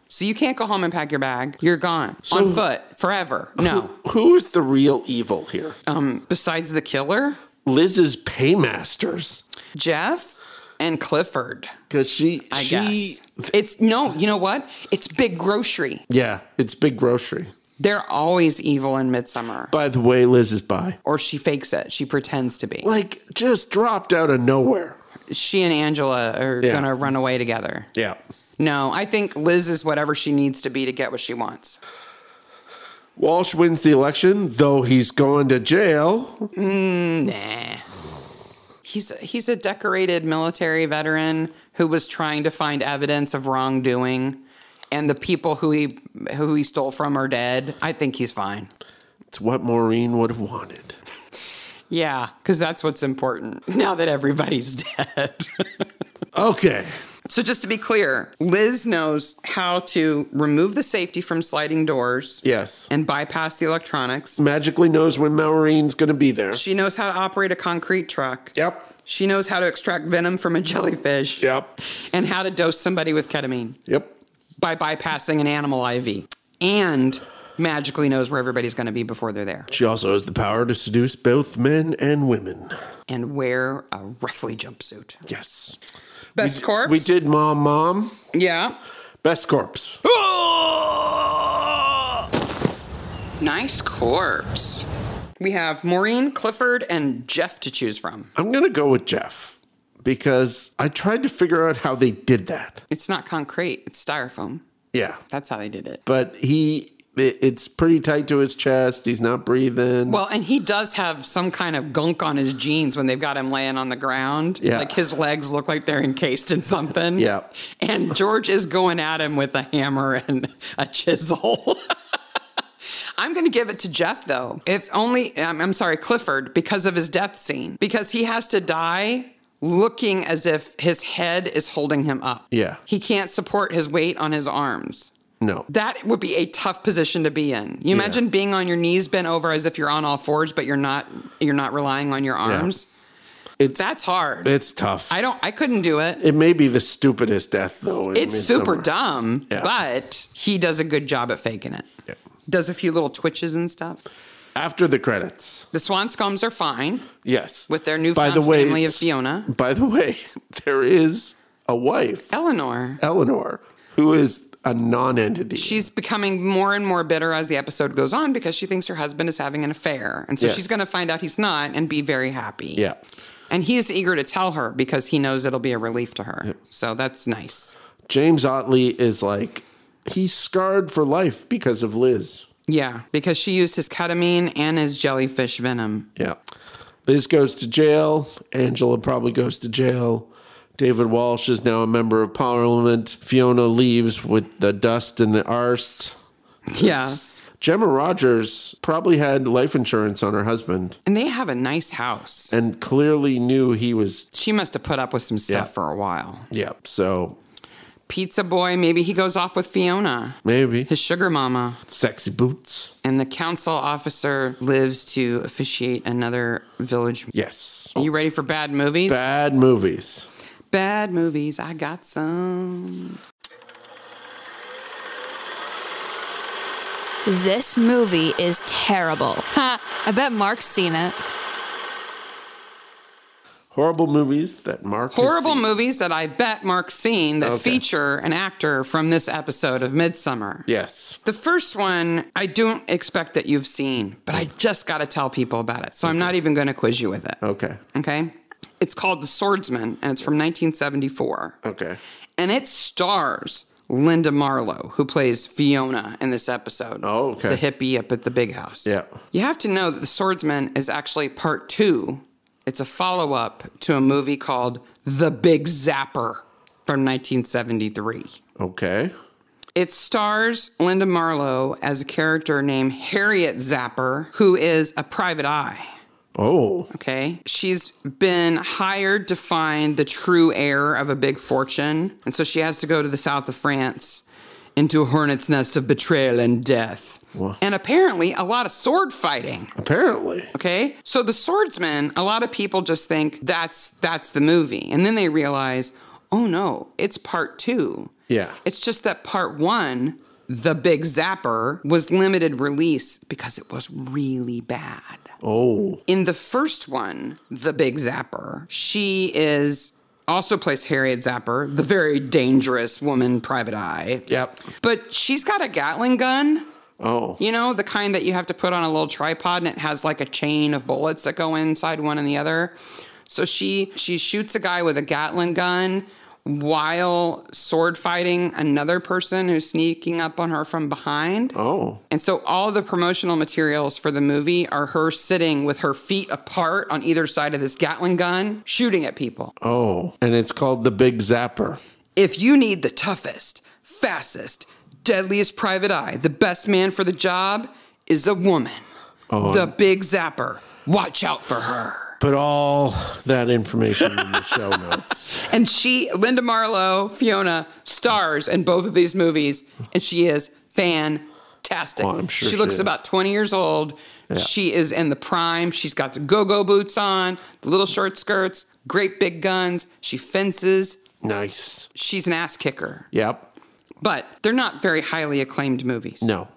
So you can't go home and pack your bag. You're gone on foot forever. No. Who is the real evil here? Um, besides the killer, Liz's paymasters. Jeff and Clifford. Because she, I she guess it's no. You know what? It's big grocery. yeah, it's big grocery. They're always evil in Midsummer. By the way, Liz is bi. or she fakes it. She pretends to be. Like, just dropped out of nowhere. She and Angela are Yeah. gonna run away together. Yeah. No, I think Liz is whatever she needs to be to get what she wants. Walsh wins the election, though he's going to jail. Nah. He's a, he's a decorated military veteran who was trying to find evidence of wrongdoing, and the people who he who he stole from are dead. I think he's fine. It's what Maureen would have wanted. Yeah, because that's what's important now that everybody's dead. Okay. so, just to be clear, Liz knows how to remove the safety from sliding doors Yes. and bypass the electronics. Magically knows when Maureen's going to be there. She knows how to operate a concrete truck. Yep. She knows how to extract venom from a jellyfish Yep. and how to dose somebody with ketamine Yep. by bypassing an animal IV and magically knows where everybody's going to be before they're there She also has the power to seduce both men and women. and wear a roughly jumpsuit. Yes. Best corpse? We did Mom Mom. Yeah. Best corpse. Ah! Nice corpse. We have Maureen, Clifford, and Jeff to choose from. I'm going to go with Jeff because I tried to figure out how they did that. It's not concrete, it's styrofoam. Yeah. That's how they did it. But he, it- it's pretty tight to his chest. He's not breathing. Well, and he does have some kind of gunk on his jeans when they've got him laying on the ground. Yeah. Like his legs look like they're encased in something. Yeah. And George is going at him with a hammer and a chisel. I'm going to give it to Jeff, though. If only, I'm, I'm sorry, Clifford, because of his death scene, because he has to die looking as if his head is holding him up. Yeah. He can't support his weight on his arms. no. That would be a tough position to be in. You imagine being on your knees bent over as if you're on all fours, but you're not you're not relying on your arms. it's, That's hard. it's tough. I don't I couldn't do it. it may be the stupidest death, though. in it's super Midsommar. dumb, Yeah. but he does a good job at faking it. Yeah. Does a few little twitches and stuff. After the credits. The Swanscombs are fine Yes. with their By newfound the way, family of s- Fiona. By the way, there is a wife, Eleanor. Eleanor, who is a non-entity. She's becoming more and more bitter as the episode goes on because she thinks her husband is having an affair. And so Yes. she's going to find out he's not and be very happy. yeah. And he's eager to tell her because he knows it'll be a relief to her. So that's nice. James Otley is like he's scarred for life because of Liz. Yeah, because she used his ketamine and his jellyfish venom. Yeah. Liz goes to jail. Angela probably goes to jail. David Walsh is now a member of parliament. Fiona leaves with the dust and the arse. Yeah. Gemma Rogers probably had life insurance on her husband And they have a nice house. and clearly knew he was. She must have put up with some stuff Yeah. for a while. Yeah. So Pizza boy, maybe he goes off with Fiona, maybe. his sugar mama, Sexy boots. and the council officer lives to officiate another village. Yes. Are you ready for bad movies? Oh. Bad movies. Bad movies. I got some. This movie is terrible. Ha, I bet Mark's seen it. Horrible movies that Mark. has horrible seen. movies that I bet Mark's seen that Okay. feature an actor from this episode of Midsummer. Yes. The first one, I don't expect that you've seen, but I just got to tell people about it. So I'm not even going to quiz you with it. Okay. Okay? It's called The Swordsman and it's from 1974. Okay. And it stars Linda Marlowe, who plays Fiona in this episode. Oh, okay. The hippie up at the big house. Yeah. You have to know that The Swordsman is actually part two. It's a follow up to a movie called The Big Zapper from 1973. Okay. It stars Linda Marlowe as a character named Harriet Zapper, who is a private eye. Oh. Okay. She's been hired to find the true heir of a big fortune. And so she has to go to the south of France into a hornet's nest of betrayal and death. And apparently, a lot of sword fighting. Apparently. Okay? So the swordsman, a lot of people just think that's that's the movie. And then they realize, "Oh no, it's part 2." Yeah. It's just that part 1, The Big Zapper was limited release because it was really bad. Oh. In the first one, The Big Zapper, she is also plays Harriet Zapper, the very dangerous woman private eye. Yep. But she's got a Gatling gun. Oh. You know, the kind that you have to put on a little tripod and it has like a chain of bullets that go inside one and the other. So she she shoots a guy with a Gatlin gun while sword fighting another person who's sneaking up on her from behind. Oh. And so all the promotional materials for the movie are her sitting with her feet apart on either side of this Gatlin gun, shooting at people. Oh. And it's called The Big Zapper. If you need the toughest, fastest, deadliest private eye, the best man for the job is a woman. the big zapper. Watch out for her. Put all that information in the show notes. And she, Linda Marlowe, Fiona, stars in both of these movies, and she is fantastic. Oh, I'm sure she she looks is. about 20 years old. She is in the prime. She's got the go go boots on, the little short skirts, great big guns. She fences. Nice. She's an ass kicker. Yep. But they're not very highly acclaimed movies. No.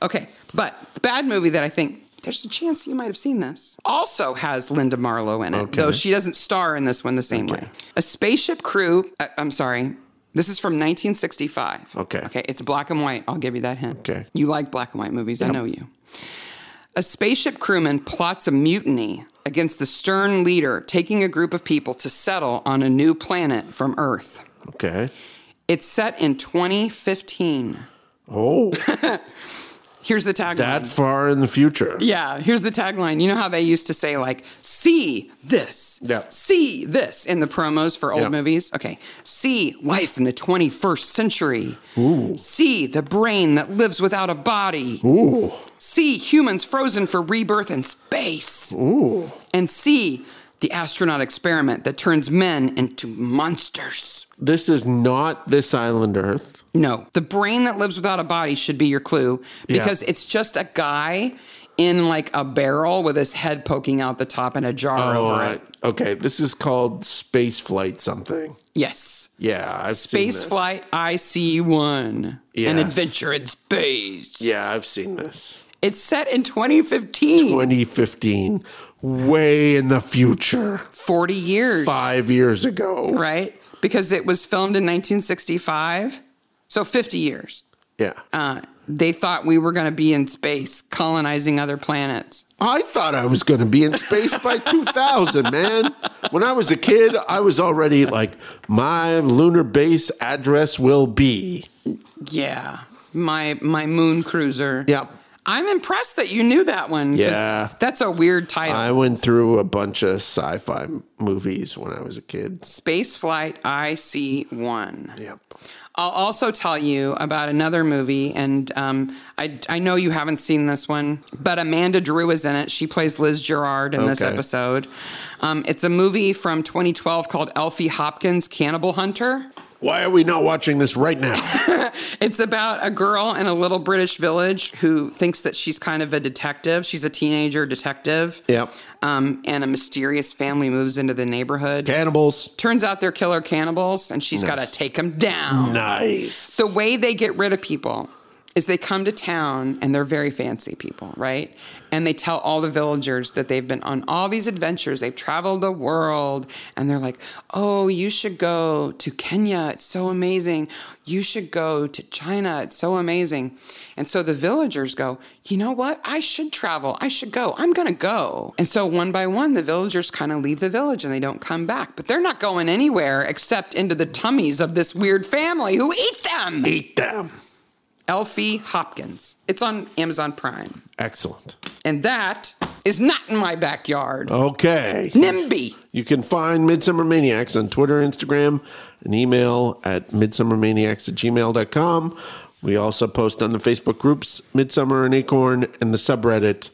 Okay, but the bad movie that I think there's a chance you might have seen this also has Linda Marlowe in it, Okay. though she doesn't star in this one the same way. A spaceship crew. Uh, I'm sorry. This is from 1965. Okay. Okay. It's black and white. I'll give you that hint. Okay. You like black and white movies. I know you. A spaceship crewman plots a mutiny against the stern leader, taking a group of people to settle on a new planet from Earth. Okay. It's set in 2015. Oh, Here's the tagline. that far in the future. Yeah, here's the tagline. You know how they used to say like see this. Yeah. See this in the promos for old Yeah. movies. Okay. See life in the 21st century. See the brain that lives without a body. Ooh. See humans frozen for rebirth in space. Ooh. And see the astronaut experiment that turns men into monsters. This is not this island Earth. No, the brain that lives without a body should be your clue Yeah. because it's just a guy in like a barrel with his head poking out the top and a jar Oh, over I- it. okay. This is called space flight something. Yes. Yeah, I've seen this. Space Flight IC1. An Yes. adventure in space. Yeah, I've seen this. It's set in 2015. 2015, way in the future, 40 years, five years ago. right? Because it was filmed in 1965. So 50 years. Yeah. Uh, they thought we were going to be in space colonizing other planets. I thought I was going to be in space by 2000, man. When I was a kid, I was already like, my lunar base address will be. Yeah. My my moon cruiser. Yep. I'm impressed that you knew that one. 'cause Yeah. That's a weird title. I went through a bunch of sci fi movies when I was a kid. Space Flight IC1. Yep. I'll also tell you about another movie, and um, I, I know you haven't seen this one, but Amanda Drew is in it. She plays Liz Gerard in this Okay. episode. Um, it's a movie from 2012 called Elfie Hopkins Cannibal Hunter. Why are we not watching this right now? It's about a girl in a little British village who thinks that she's kind of a detective. She's a teenager detective. Yep. Um, and a mysterious family moves into the neighborhood. Cannibals. Turns out they're killer cannibals, and she's got to take them down. Nice. the way they get rid of people is they come to town and they're very fancy people, right? And they tell all the villagers that they've been on all these adventures, they've traveled the world, and they're like, "Oh, you should go to Kenya. It's so amazing. You should go to China. It's so amazing." And so the villagers go, "You know what? I should travel. I should go. I'm going to go." And so one by one, the villagers kind of leave the village and they don't come back. But they're not going anywhere except into the tummies of this weird family who eat them. Eat them. Elfie Hopkins. It's on Amazon Prime. Excellent. And that is not in my backyard. Oh. Okay. NIMBY. You can find Midsummer Maniacs on Twitter, Instagram, and email at midsummermaniacs at gmail.com. We also post on the Facebook groups Midsummer and Acorn and the subreddit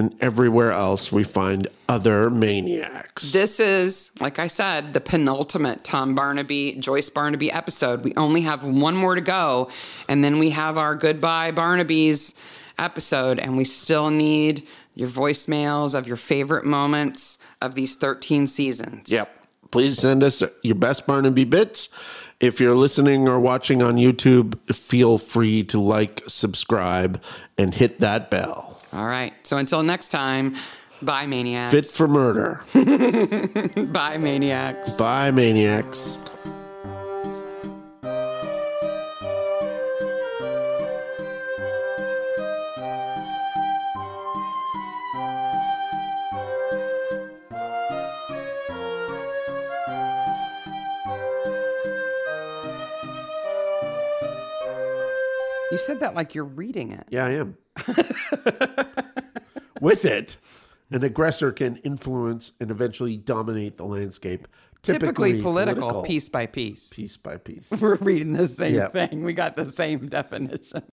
and everywhere else we find other maniacs. This is, like I said, the penultimate Tom Barnaby, Joyce Barnaby episode. We only have one more to go, and then we have our Goodbye Barnaby's episode, and we still need your voicemails of your favorite moments of these 13 seasons. Yep. Please send us your best Barnaby bits. If you're listening or watching on YouTube, feel free to like, subscribe, and hit that bell. All right. So until next time, bye, Maniacs. Fit for murder. Bye, Maniacs. Bye, maniacs. You said that like you're reading it. Yeah, I am. With it, an aggressor can influence and eventually dominate the landscape. typically, political, piece by piece. Piece by piece. We're reading the same Yep. thing. We got the same definition.